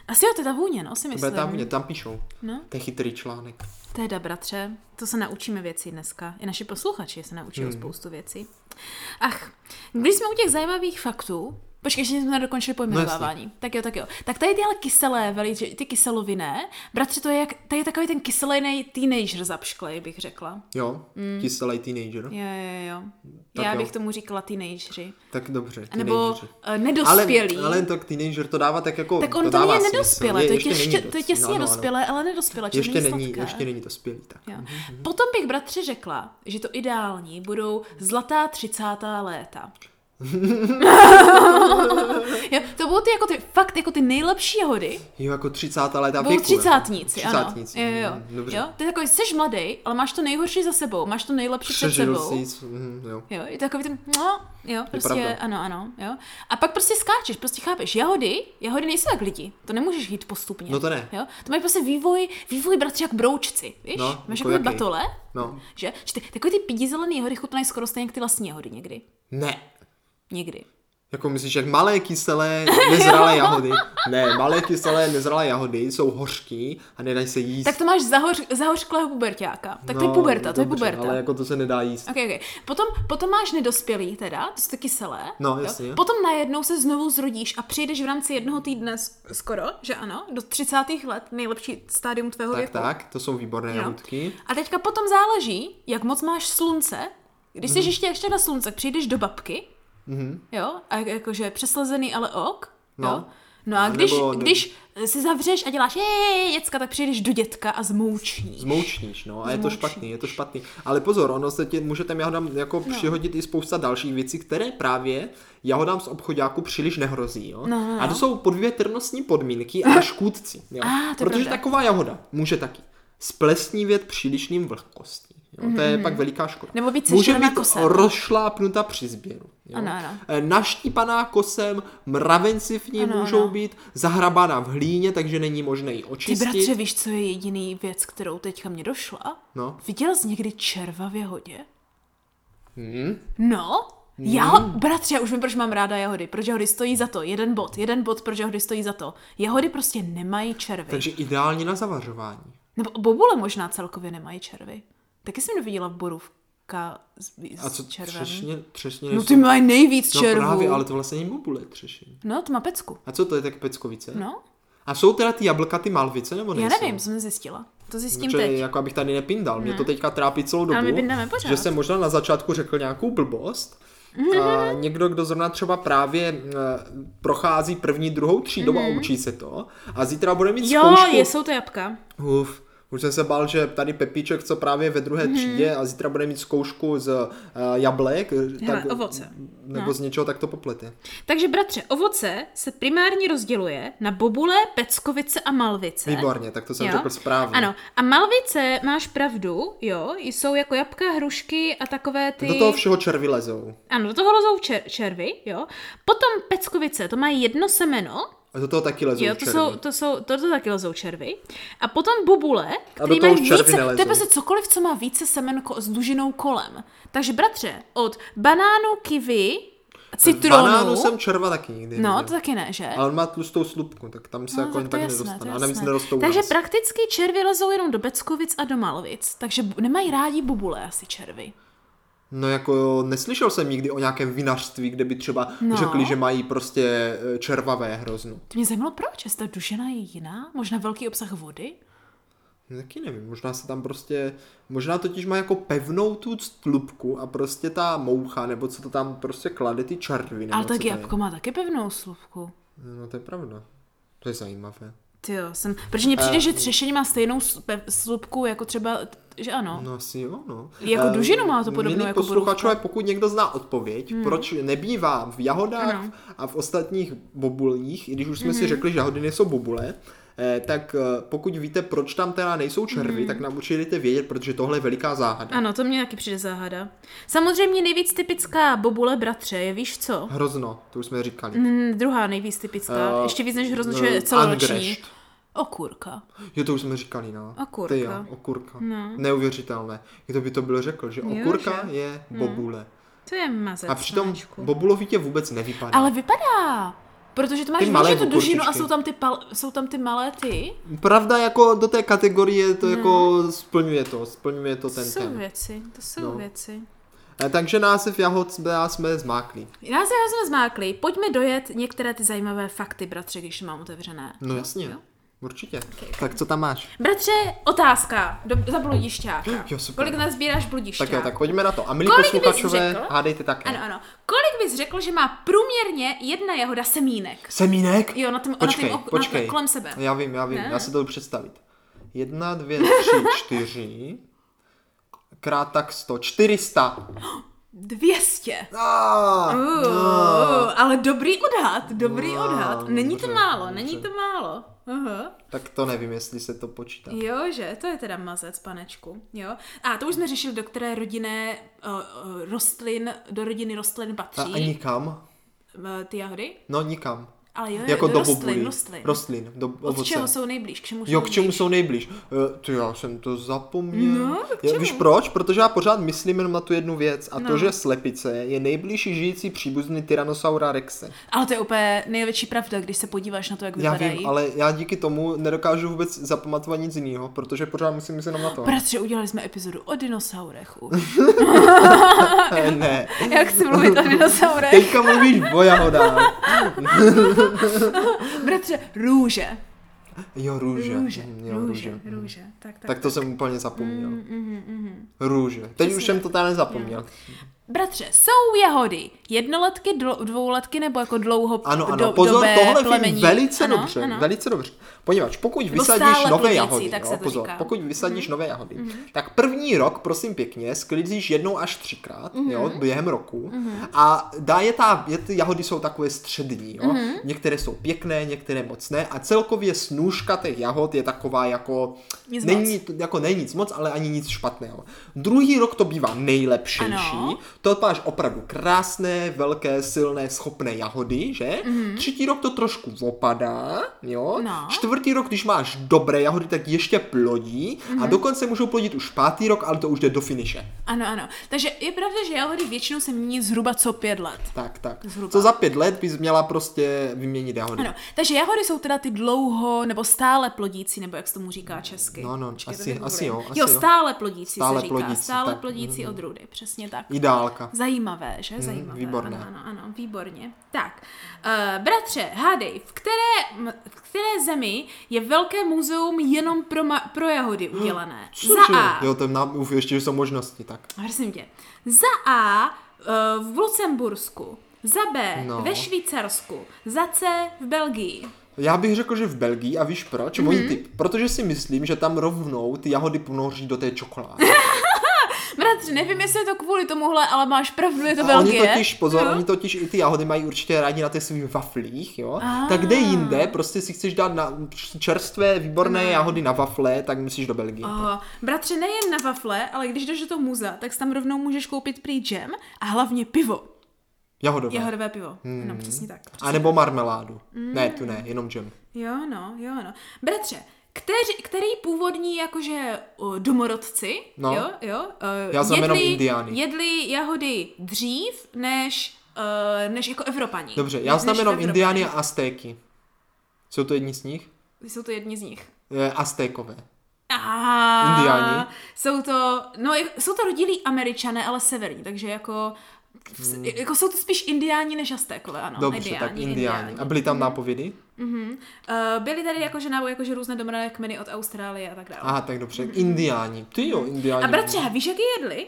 Speaker 2: Asi jo, to je ta vůně, no, si
Speaker 1: Bude
Speaker 2: myslím.
Speaker 1: tam, mě tam píšou.
Speaker 2: No.
Speaker 1: To je chytrý článek.
Speaker 2: Teda, bratře, to se naučíme věci dneska. I naši posluchači se naučí hmm. spoustu věcí. Ach, když jsme u těch zajímavých faktů, počkej, ještě jsme nedokončili pojmenovávání. No tak jo, tak jo. Tak tady tyhle kyselé, velice, ty kyseloviné, bratře, to je, jak, tady je takový ten kyselý teenager zapšklej, bych řekla.
Speaker 1: Jo,
Speaker 2: Mhm.
Speaker 1: mm. kyselý teenager.
Speaker 2: Jo, jo, jo.
Speaker 1: Tak
Speaker 2: Já
Speaker 1: jo.
Speaker 2: bych tomu říkala teenageři.
Speaker 1: Tak dobře,
Speaker 2: A Nebo
Speaker 1: teenageři.
Speaker 2: eh,
Speaker 1: Ale,
Speaker 2: nedospělí.
Speaker 1: ale tak teenager to dává tak jako...
Speaker 2: tak on to,
Speaker 1: dává
Speaker 2: je
Speaker 1: smysl.
Speaker 2: nedospělé, to je,
Speaker 1: ještě není
Speaker 2: těžce, to je
Speaker 1: dospělý,
Speaker 2: těsně
Speaker 1: ano, ano.
Speaker 2: dospělé, ale nedospělé, čili
Speaker 1: Ještě není,
Speaker 2: sladké.
Speaker 1: ještě není dospělý, tak.
Speaker 2: Jo.
Speaker 1: Mhm.
Speaker 2: Potom bych bratře řekla, že to ideální budou zlatá třicátá léta. jo, to budou ty, jako ty, fakt jako ty nejlepší jahody.
Speaker 1: Jo, jako 30. léta
Speaker 2: Budou
Speaker 1: věku.
Speaker 2: třicátníci,
Speaker 1: jako.
Speaker 2: ano.
Speaker 1: Třicátníci,
Speaker 2: Jo, jo,
Speaker 1: mm,
Speaker 2: jo.
Speaker 1: Dobře.
Speaker 2: jo. Ty takový, jsi mladý, ale máš to nejhorší za sebou, máš to nejlepší před
Speaker 1: Přežil
Speaker 2: sebou.
Speaker 1: jsi, s- mhm, jo.
Speaker 2: Jo, je takový ten, no, jo, prostě,
Speaker 1: pravda.
Speaker 2: ano, ano, jo. A pak prostě skáčeš, prostě chápeš, jahody, jahody nejsou jak lidi, to nemůžeš jít postupně.
Speaker 1: No to ne.
Speaker 2: Jo, to mají prostě vývoj, vývoj bratři jak broučci, víš?
Speaker 1: No,
Speaker 2: Máš
Speaker 1: jako
Speaker 2: takové
Speaker 1: jaký?
Speaker 2: batole,
Speaker 1: No.
Speaker 2: že? Že ty, takový ty pidizelený jahody chutnají skoro stejně jak ty vlastní jahody někdy.
Speaker 1: Ne.
Speaker 2: Někdy.
Speaker 1: Jako myslíš, jak malé kyselé, nezralé jahody. Ne, malé kyselé, nezralé jahody jsou hořký a nedají se jíst.
Speaker 2: Tak to máš zahoř, zahořklého puberťáka. Tak to je
Speaker 1: No,
Speaker 2: puberta, to je
Speaker 1: dobře,
Speaker 2: puberta.
Speaker 1: Ale jako to se nedá jíst.
Speaker 2: Okay, okay. Potom, potom máš nedospělý teda, to jsou ty kyselé.
Speaker 1: No,
Speaker 2: jo.
Speaker 1: jasně.
Speaker 2: Potom najednou se znovu zrodíš a přijdeš v rámci jednoho týdne s- skoro, že ano, do 30. let, nejlepší stádium tvého
Speaker 1: Tak,
Speaker 2: věku.
Speaker 1: tak, to jsou výborné jahodky.
Speaker 2: A teďka potom záleží, jak moc máš slunce. Když
Speaker 1: Mhm.
Speaker 2: jsi ještě, ještě na slunce, přijdeš do babky, jo, a jak- jakože přeslezený, ale ok,
Speaker 1: No.
Speaker 2: jo. No a
Speaker 1: A
Speaker 2: když,
Speaker 1: nebo-
Speaker 2: když si zavřeš a děláš je, děcka, tak přijdeš do dětka a zmoučníš.
Speaker 1: Zmoučníš, no, a je to
Speaker 2: Zmoučníš. No.
Speaker 1: špatný, je to špatný. Ale pozor, ono se tě, může tam jahodám jako přihodit i spousta dalších věcí, které právě jahodám z obchodáku příliš nehrozí, jo.
Speaker 2: No, no,
Speaker 1: A to
Speaker 2: no.
Speaker 1: jsou podvětrnostní podmínky a škůdci, jo.
Speaker 2: Ah, to je
Speaker 1: Protože
Speaker 2: pravda.
Speaker 1: taková jahoda může taky splesnívět přílišným vlhkostí. Jo, to je pak veliká škoda.
Speaker 2: Mhm. Nebo být
Speaker 1: Může
Speaker 2: seštěná
Speaker 1: být
Speaker 2: kosem.
Speaker 1: rozšlápnuta při sběru. jo.
Speaker 2: Ano, ano.
Speaker 1: Eh, Naštípaná kosem, mravenci v ní
Speaker 2: Ano,
Speaker 1: můžou
Speaker 2: ano.
Speaker 1: být, zahrabaná v hlíně, takže není možné ji
Speaker 2: Ty
Speaker 1: očistit.
Speaker 2: bratře, víš, co je jediný věc, kterou teďka mě došla?
Speaker 1: No.
Speaker 2: Viděl jsi někdy červa v jahodě? Hmm? No, Já, bratře, já už vím, proč mám ráda jahody. Proč jahody stojí za to. Jeden bod, jeden bod, proč jahody stojí za to. Jahody prostě nemají červy.
Speaker 1: Takže ideální na zavařování.
Speaker 2: Nebo bobule možná celkově nemají červy. Taky jsem neviděla borůvka s, s
Speaker 1: A co
Speaker 2: červem.
Speaker 1: třešně? třešně
Speaker 2: No ty mají nejvíc
Speaker 1: no
Speaker 2: červů.
Speaker 1: právě, ale to vlastně není bobule třešení.
Speaker 2: No, to má pecku.
Speaker 1: A co to je tak peckovice?
Speaker 2: No,
Speaker 1: A jsou teda ty jablka ty malvice nebo
Speaker 2: já
Speaker 1: nejsou?
Speaker 2: nevím, jsem zjistila. To zjistím
Speaker 1: Protože
Speaker 2: teď.
Speaker 1: jako abych tady nepindal, mě to teďka trápí celou dobu,
Speaker 2: Ale my pindáme pořád.
Speaker 1: že jsem možná na začátku řekl nějakou blbost. A někdo, kdo zrovna třeba právě eh, prochází první, druhou třídou a učí se to a zítra bude mít
Speaker 2: Mhm. Jo,
Speaker 1: zkoušku.
Speaker 2: je, jsou to jabka.
Speaker 1: Uf, už jsem se bál, že tady Pepíček, co právě ve druhé
Speaker 2: Mhm.
Speaker 1: mm-hmm. třídě a zítra bude mít zkoušku z uh, jablek,
Speaker 2: Hele, ovoce. No.
Speaker 1: nebo z něčeho, tak to poplete.
Speaker 2: Takže bratře, ovoce se primárně rozděluje na bobule, peckovice a malvice.
Speaker 1: Výborně, tak to jsem
Speaker 2: Jo?
Speaker 1: řekl správně.
Speaker 2: Ano, a malvice, máš pravdu, jo, jsou jako jabka, hrušky a takové ty...
Speaker 1: Do toho všeho červy lezou.
Speaker 2: Ano, do toho lozou čer- červy, jo. Potom peckovice, to mají jedno semeno,
Speaker 1: A do toho taky lezou
Speaker 2: jo, to
Speaker 1: červy.
Speaker 2: jsou, to jsou, to, to taky lozou červy. A potom bobule,
Speaker 1: do
Speaker 2: který
Speaker 1: toho
Speaker 2: mají
Speaker 1: už červy
Speaker 2: více, to
Speaker 1: nelezou.
Speaker 2: je prostě cokoliv, co má více semen ko- s dužinou kolem. Takže bratře, od banánu, kiwi, citronu...
Speaker 1: Banánu jsem červa taky nikdy
Speaker 2: No,
Speaker 1: neviděl.
Speaker 2: to taky ne, že?
Speaker 1: Ale on má tlustou slupku, tak tam se
Speaker 2: No,
Speaker 1: jako tak, tak
Speaker 2: jasné,
Speaker 1: nedostane.
Speaker 2: to
Speaker 1: A navíc
Speaker 2: jasné.
Speaker 1: nerostou
Speaker 2: Takže
Speaker 1: u nás.
Speaker 2: prakticky červy lezou jenom do Beckovic a do Malvic, takže bu- nemají rádi bubule asi červy.
Speaker 1: No jako neslyšel jsem nikdy o nějakém vinařství, kde by třeba
Speaker 2: No.
Speaker 1: řekli, že mají prostě eh, červavé hroznu.
Speaker 2: To mě zajímalo, proč? Jestli ta dušena je jiná? Možná velký obsah vody?
Speaker 1: No, Taky nevím, možná se tam prostě, možná totiž má jako pevnou tu slupku a prostě ta moucha, nebo co to tam prostě klade ty červy. Nebo
Speaker 2: Ale
Speaker 1: co
Speaker 2: tak
Speaker 1: to je.
Speaker 2: jabko má taky jako- pevnou slupku.
Speaker 1: No to je pravda. To je zajímavé.
Speaker 2: Ty jo, jsem... Protože mně
Speaker 1: Eh,
Speaker 2: přijde,
Speaker 1: no.
Speaker 2: že třešení má stejnou s- pev- slupku jako třeba... t- Že ano.
Speaker 1: No asi jo, no.
Speaker 2: Jako
Speaker 1: Eh,
Speaker 2: dužinu má to podobnou
Speaker 1: milí
Speaker 2: jako Hmm.
Speaker 1: posluchačové, pokud někdo zná odpověď, proč nebývá v jahodách
Speaker 2: Ano. Mhm.
Speaker 1: a v ostatních bobulních, i když už jsme si řekli, že jahody nejsou bobule, eh, tak eh, pokud víte, proč tam teda nejsou červy, tak nám určitě dejte vědět, protože tohle je veliká záhada.
Speaker 2: Hmm. Ano, to mě taky přijde záhada. Samozřejmě nejvíc typická bobule bratře je, víš co?
Speaker 1: Hrozno, to už jsme říkali.
Speaker 2: Mm, druhá nejvíc typická,
Speaker 1: Eh,
Speaker 2: ještě víc než hrozno,
Speaker 1: eh,
Speaker 2: že je celoroční.
Speaker 1: angrešt.
Speaker 2: Okurka.
Speaker 1: Jo, to už jsme říkali, no.
Speaker 2: Okurka.
Speaker 1: Ty jo, okurka. No. Neuvěřitelné. Kdo by to byl řekl, že okurka je
Speaker 2: no.
Speaker 1: bobule.
Speaker 2: To je mazec.
Speaker 1: A přitom
Speaker 2: panečku.
Speaker 1: bobulovitě vůbec nevypadá.
Speaker 2: Ale vypadá. Protože to máš
Speaker 1: Ty malé
Speaker 2: větší tu dužinu a
Speaker 1: okurčičky.
Speaker 2: jsou tam ty, pal, jsou tam ty malé ty.
Speaker 1: Pravda, jako do té kategorie
Speaker 2: No.
Speaker 1: to jako splňuje to, splňuje to
Speaker 2: To
Speaker 1: ten
Speaker 2: jsou
Speaker 1: ten.
Speaker 2: věci, to jsou
Speaker 1: No.
Speaker 2: věci.
Speaker 1: E, Takže název jahod jsme, jsme zmákli.
Speaker 2: Já se jsme zmákli, pojďme dojet některé ty zajímavé fakty, bratře, když mám otevřené.
Speaker 1: No jasně, určitě. Tak co tam máš?
Speaker 2: Bratře, otázka do, za bludišťáka.
Speaker 1: Jo, super.
Speaker 2: Kolik nazbíráš bludišťák?
Speaker 1: Tak jo, tak pojďme na to. A milí
Speaker 2: Kolik bys
Speaker 1: posluchačové,
Speaker 2: řekl?
Speaker 1: hádejte také.
Speaker 2: Ano, ano. Kolik bys řekl, že má průměrně jedna jahoda semínek?
Speaker 1: Semínek?
Speaker 2: Jo, na tom,
Speaker 1: Počkej,
Speaker 2: na tom, ok- na
Speaker 1: počkej.
Speaker 2: tom kolem sebe.
Speaker 1: Já vím, já vím,
Speaker 2: Ne.
Speaker 1: já si to jdu představit. Jedna, dvě, tři, čtyři. Krát tak sto. Čtyřista.
Speaker 2: 200.
Speaker 1: Ah,
Speaker 2: Uh,
Speaker 1: no.
Speaker 2: Ale dobrý odhad, dobrý
Speaker 1: No,
Speaker 2: odhad. Není to
Speaker 1: dobře,
Speaker 2: málo,
Speaker 1: dobře.
Speaker 2: není to málo. Aha.
Speaker 1: Tak to nevím, jestli se to počítá.
Speaker 2: Jo, že? To je teda mazec, panečku. Jo. A to už jsme řešili, do které rodinné uh, uh, rostlin, do rodiny rostlin
Speaker 1: A,
Speaker 2: patří.
Speaker 1: a nikam?
Speaker 2: Uh, ty jahody?
Speaker 1: No nikam.
Speaker 2: Ale jo, jo,
Speaker 1: Jako
Speaker 2: do
Speaker 1: do
Speaker 2: rostlin,
Speaker 1: bobulí.
Speaker 2: rostlin.
Speaker 1: Rostlin, do
Speaker 2: Od
Speaker 1: ovoce.
Speaker 2: čeho jsou nejblíž? K čemu jsou
Speaker 1: Jo, k čemu
Speaker 2: nejblíž?
Speaker 1: jsou nejblíž? Eh, Ty, já jsem to zapomněl.
Speaker 2: No, k
Speaker 1: Já-
Speaker 2: čemu?
Speaker 1: Víš proč? Protože já pořád myslím jenom na tu jednu věc a
Speaker 2: No.
Speaker 1: to, že slepice je nejbližší žijící příbuzný Tyrannosaura Rexe.
Speaker 2: Ale to je úplně největší pravda, když se podíváš na to, jak
Speaker 1: Já
Speaker 2: vypadají.
Speaker 1: vím, ale já díky tomu nedokážu vůbec zapamatovat nic jiného, protože pořád musím myslet jenom na to.
Speaker 2: Bratře, udělali jsme epizodu o dinosaurech už.
Speaker 1: Eh, ne.
Speaker 2: jak si mluvit o dinosaurech?
Speaker 1: Teďka mluvíš o jahodách.
Speaker 2: Bratře, růže.
Speaker 1: Jo, růže.
Speaker 2: Růže,
Speaker 1: Mm, Jo,
Speaker 2: růže, Mm, mhm, růže. Tak, tak.
Speaker 1: Tak to jsem úplně zapomněl. Růže. Teď už jsem to tady nezapomněl.
Speaker 2: Bratře, jsou jahody. Jednoletky, dlo- dvouletky nebo jako dlouho
Speaker 1: Ano, ano,
Speaker 2: do,
Speaker 1: pozor,
Speaker 2: dobé
Speaker 1: tohle
Speaker 2: plemení.
Speaker 1: vím velice
Speaker 2: ano,
Speaker 1: dobře,
Speaker 2: Ano.
Speaker 1: velice dobře. Poněvadž pokud
Speaker 2: Nebo
Speaker 1: vysadíš
Speaker 2: stále
Speaker 1: nové
Speaker 2: plodící,
Speaker 1: jahody,
Speaker 2: tak
Speaker 1: jo,
Speaker 2: se to
Speaker 1: pozor,
Speaker 2: říká. Mhm.
Speaker 1: pokud vysadíš nové jahody, tak první rok, prosím pěkně, sklízíš jednou až třikrát, jo,
Speaker 2: Mhm.
Speaker 1: během roku a dá je ta, je, ty jahody jsou takové střední, jo.
Speaker 2: Mhm.
Speaker 1: Některé jsou pěkné, některé moc ne a celkově snůžka těch jahod je taková jako,
Speaker 2: Nic
Speaker 1: není, jako není nic moc, ale ani nic špatného. Druhý rok to bývá nejlepšejší,
Speaker 2: Ano.
Speaker 1: To máš opravdu krásné, velké, silné, schopné jahody, že? Mm. Třetí rok to trošku opadá, jo?
Speaker 2: Mhm. No.
Speaker 1: Čtvrtý rok, když máš dobré jahody, tak ještě plodí
Speaker 2: Mhm.
Speaker 1: mm. a dokonce můžou plodit už pátý rok, ale to už jde do finiše.
Speaker 2: Ano, ano. Takže je pravda, že jahody většinou se mění zhruba co pět let.
Speaker 1: Tak, tak.
Speaker 2: Zhruba.
Speaker 1: Co za pět let bys měla prostě vyměnit jahody.
Speaker 2: Ano, takže jahody jsou teda ty dlouho nebo stále plodící, nebo jak se tomu říká česky.
Speaker 1: No, no,
Speaker 2: Počkej, to
Speaker 1: asi-
Speaker 2: vygooglím.
Speaker 1: asi jo, asi
Speaker 2: jo,
Speaker 1: jo.
Speaker 2: stále plodící
Speaker 1: Stále
Speaker 2: se říká.
Speaker 1: plodící,
Speaker 2: stále
Speaker 1: tak. Mhm.
Speaker 2: plodící odrůdy, přesně tak.
Speaker 1: Ideálka.
Speaker 2: Zajímavé, že? Zajímavé.
Speaker 1: Mhm, výborné.
Speaker 2: Ano, ano, ano, výborně. Tak, uh, bratře, hádej, v které, m- v které zemi je velké muzeum jenom pro, ma- pro jahody udělané? Za A.
Speaker 1: Jo, to nám mluv ještě, že jsou možnosti, tak.
Speaker 2: Prosím tě. Za A uh, v Lucembursku, za B
Speaker 1: No.
Speaker 2: ve Švýcarsku, za C v Belgii.
Speaker 1: Já bych řekl, že v Belgii, a víš proč? Můj
Speaker 2: Mhm.
Speaker 1: tip. Protože si myslím, že tam rovnou ty jahody ponoří do té čokolády.
Speaker 2: Bratře, nevím, jestli je to kvůli tomuhle, ale máš pravdu, je to
Speaker 1: A oni
Speaker 2: Belgie.
Speaker 1: totiž, pozor,
Speaker 2: Jo?
Speaker 1: oni totiž i ty jahody mají určitě rádi na těch svých waflích, jo.
Speaker 2: Ah.
Speaker 1: Tak kde jinde, prostě si chceš dát na čerstvé,
Speaker 2: No.
Speaker 1: výborné jahody na wafle, tak musíš do Belgie.
Speaker 2: Oh, bratře, nejen na wafle, ale když jdeš do toho muzea, tak si tam rovnou můžeš koupit prý džem a hlavně pivo.
Speaker 1: Jahodové.
Speaker 2: Jahodové Mm. pivo. Hmm. No, přesně tak.
Speaker 1: A nebo marmeládu. Ne, tu ne, jenom džem.
Speaker 2: Jo, no, jo, no. Bratře, který, který původní jakože o, domorodci,
Speaker 1: No.
Speaker 2: jo, jo, uh,
Speaker 1: Já znám jenom Indiány.
Speaker 2: jedli jahody dřív než, uh, než jako Evropaní.
Speaker 1: Dobře, já znám
Speaker 2: Než
Speaker 1: jenom
Speaker 2: Evropané.
Speaker 1: Indiány a Aztéky. Jsou to jedni z nich?
Speaker 2: Jsou to jedni z nich.
Speaker 1: E, Aztékové.
Speaker 2: Aha,
Speaker 1: Indiáni?
Speaker 2: Jsou to, no, jak- jsou to rodilí američané, ale severní, takže jako, hmm. jako jsou to spíš indiáni než aztékové, ano.
Speaker 1: Dobře,
Speaker 2: indiáni, Mhm.
Speaker 1: tak Indiáni. A byly tam nápovědy?
Speaker 2: Uh, byly tady jakože, na- jakože různé domorodé kmeny od Austrálie a tak dále.
Speaker 1: Aha, tak dobře. Indiáni. Ty jo, indiáni.
Speaker 2: A bratře, víš, jak je jedli?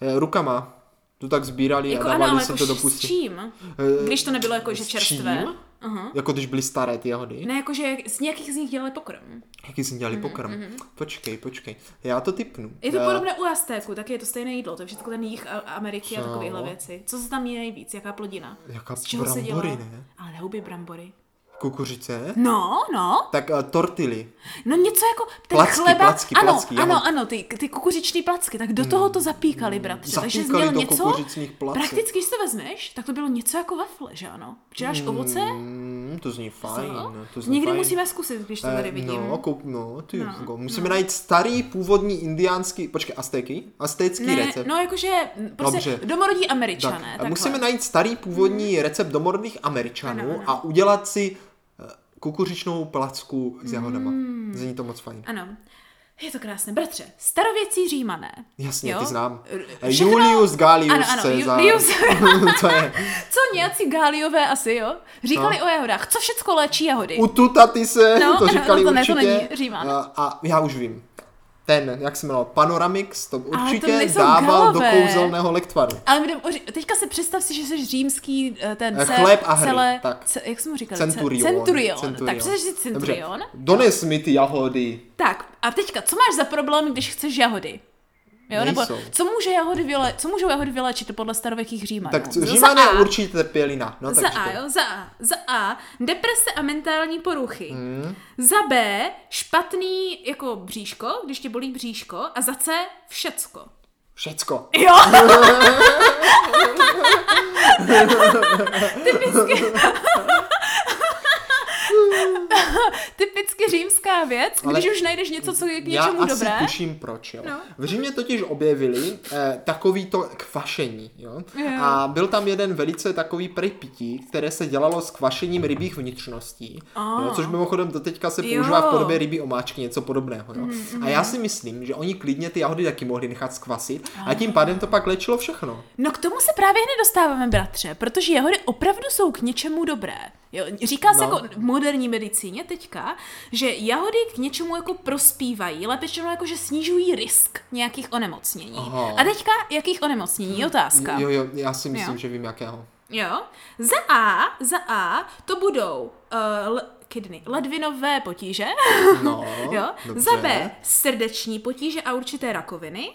Speaker 1: Eh, Rukama. To tak sbírali
Speaker 2: Jako
Speaker 1: a
Speaker 2: ano,
Speaker 1: dávali
Speaker 2: ale
Speaker 1: se
Speaker 2: jako
Speaker 1: to do
Speaker 2: s
Speaker 1: pusy.
Speaker 2: čím?
Speaker 1: Eh,
Speaker 2: Když to nebylo jako, že
Speaker 1: s
Speaker 2: čerstvé.
Speaker 1: čím?
Speaker 2: Aha.
Speaker 1: Jako když byly staré ty jahody.
Speaker 2: Ne, jakože z nějakých z nich dělali pokrm.
Speaker 1: Jaký jsi dělali pokrm. Počkej, počkej. Já to typnu.
Speaker 2: Mhm, Je to
Speaker 1: Eh,
Speaker 2: podobné u Aztéku, tak je to stejné jídlo, to je všechno ten jich Ameriky a
Speaker 1: Co?
Speaker 2: takovéhle věci. Co se tam jí nejvíc, jaká plodina?
Speaker 1: Jaká
Speaker 2: Z čeho se
Speaker 1: brambory,
Speaker 2: dělá?
Speaker 1: ne?
Speaker 2: Ale houby brambory.
Speaker 1: Kukuřice.
Speaker 2: No, no,
Speaker 1: Tak uh, tortily.
Speaker 2: no něco jako ten
Speaker 1: Placky,
Speaker 2: chleba,
Speaker 1: placky,
Speaker 2: ano,
Speaker 1: placky,
Speaker 2: ano,
Speaker 1: jahod-
Speaker 2: ano, ty, ty kukuřiční placky, tak do toho to zapíkali, bratře, takže jsi
Speaker 1: Zapíkali
Speaker 2: měl
Speaker 1: do
Speaker 2: něco,
Speaker 1: kukuřicních placek.
Speaker 2: prakticky, když to vezmeš, tak to bylo něco jako wafle, že ano? Že dáš ovoce,
Speaker 1: Mm, Hmm, to zní fajn. no,
Speaker 2: co?
Speaker 1: To zní
Speaker 2: Někdy
Speaker 1: fajn.
Speaker 2: musíme zkusit, když to
Speaker 1: Eh,
Speaker 2: tady vidím.
Speaker 1: No, koup, no, ty
Speaker 2: No,
Speaker 1: no, musíme najít starý původní indiánský, počkej, aztéky? Aztécký
Speaker 2: Ne,
Speaker 1: recept.
Speaker 2: no jakože m, prostě
Speaker 1: Dobře.
Speaker 2: domorodí američané.
Speaker 1: a
Speaker 2: Tak, Mhm.
Speaker 1: musíme najít starý původní recept domorodých Američanů
Speaker 2: Ano, ano.
Speaker 1: a udělat si eh, kukuřičnou placku s jahodama.
Speaker 2: Hmm.
Speaker 1: Zní to moc fajn.
Speaker 2: Ano. Je to krásné. Bratře, starověcí římané.
Speaker 1: Jasně,
Speaker 2: jo?
Speaker 1: ty znám.
Speaker 2: R-
Speaker 1: Eh,
Speaker 2: všechno-
Speaker 1: Julius Gallius
Speaker 2: Ano, ano,
Speaker 1: Caesar.
Speaker 2: Julius.
Speaker 1: to je.
Speaker 2: Co nějací gáliové asi, jo? Říkali
Speaker 1: No.
Speaker 2: o jahodách. Co všecko léčí jahody?
Speaker 1: Ututaty se,
Speaker 2: No,
Speaker 1: to
Speaker 2: ano,
Speaker 1: říkali
Speaker 2: no to ne, to
Speaker 1: určitě.
Speaker 2: není Říman.
Speaker 1: a, a já už vím. Ten, jak se jmenoval, Panoramix, to určitě
Speaker 2: nejsou
Speaker 1: dával
Speaker 2: Galové.
Speaker 1: do kouzelného lektvaru.
Speaker 2: Ale my jdem o ří- teďka si představ si, že jsi římský eh, ten
Speaker 1: Eh,
Speaker 2: ce-
Speaker 1: chléb a hry, tak.
Speaker 2: Ce, jak jsme mu říkali? Ce-
Speaker 1: Centurion.
Speaker 2: Centurion. Tak představ si centurion.
Speaker 1: Dobře. Dones mi ty jahody.
Speaker 2: Tak, a teďka, co máš za problém, když chceš jahody? Jo, nebo
Speaker 1: Nejsou.
Speaker 2: co, může jahody vyle, co můžou jahody vyléčit podle starověkých Římanů?
Speaker 1: Tak co,
Speaker 2: Za
Speaker 1: římané
Speaker 2: A.
Speaker 1: určitě trpělina. No,
Speaker 2: Za
Speaker 1: takže
Speaker 2: A,
Speaker 1: to-
Speaker 2: jo, za A. Za A, deprese a mentální poruchy.
Speaker 1: Hmm.
Speaker 2: Za B, špatný jako bříško, když tě bolí bříško. A za C, všecko.
Speaker 1: Všecko.
Speaker 2: Jo! typicky... typicky římská věc,
Speaker 1: Ale
Speaker 2: když už najdeš něco, co je k
Speaker 1: Já
Speaker 2: něčemu
Speaker 1: asi
Speaker 2: dobré.
Speaker 1: tuším proč, jo.
Speaker 2: No.
Speaker 1: V Římě totiž objevili eh, takový to kvašení, jo.
Speaker 2: Jo.
Speaker 1: A byl tam jeden velice takový prepití, které se dělalo s kvašením rybích vnitřností,
Speaker 2: A.
Speaker 1: jo, což mimochodem doteďka se používá
Speaker 2: Jo. Mm-hmm,
Speaker 1: v podobě rybí omáčky, něco podobného, jo. A já si myslím, že oni klidně ty jahody taky mohli nechat skvasit
Speaker 2: Ah.
Speaker 1: a tím pádem to pak léčilo všechno.
Speaker 2: No k tomu se právě hned dostáváme, bratře, protože jahody opravdu jsou k něčemu dobré. Jo, říká se
Speaker 1: No.
Speaker 2: jako v moderní medicíně teďka, že jahody k něčemu jako prospívají, lépe řečeno jako, že snižují risk nějakých onemocnění.
Speaker 1: Aha. Hm,
Speaker 2: A teďka, jakých onemocnění, je otázka.
Speaker 1: Jo, jo, já si myslím,
Speaker 2: Jo.
Speaker 1: že vím jakého.
Speaker 2: Jo. Za A, za A, to budou uh, l- kidney, ledvinové potíže,
Speaker 1: No,
Speaker 2: jo.
Speaker 1: dobře.
Speaker 2: Za B, srdeční potíže a určité rakoviny.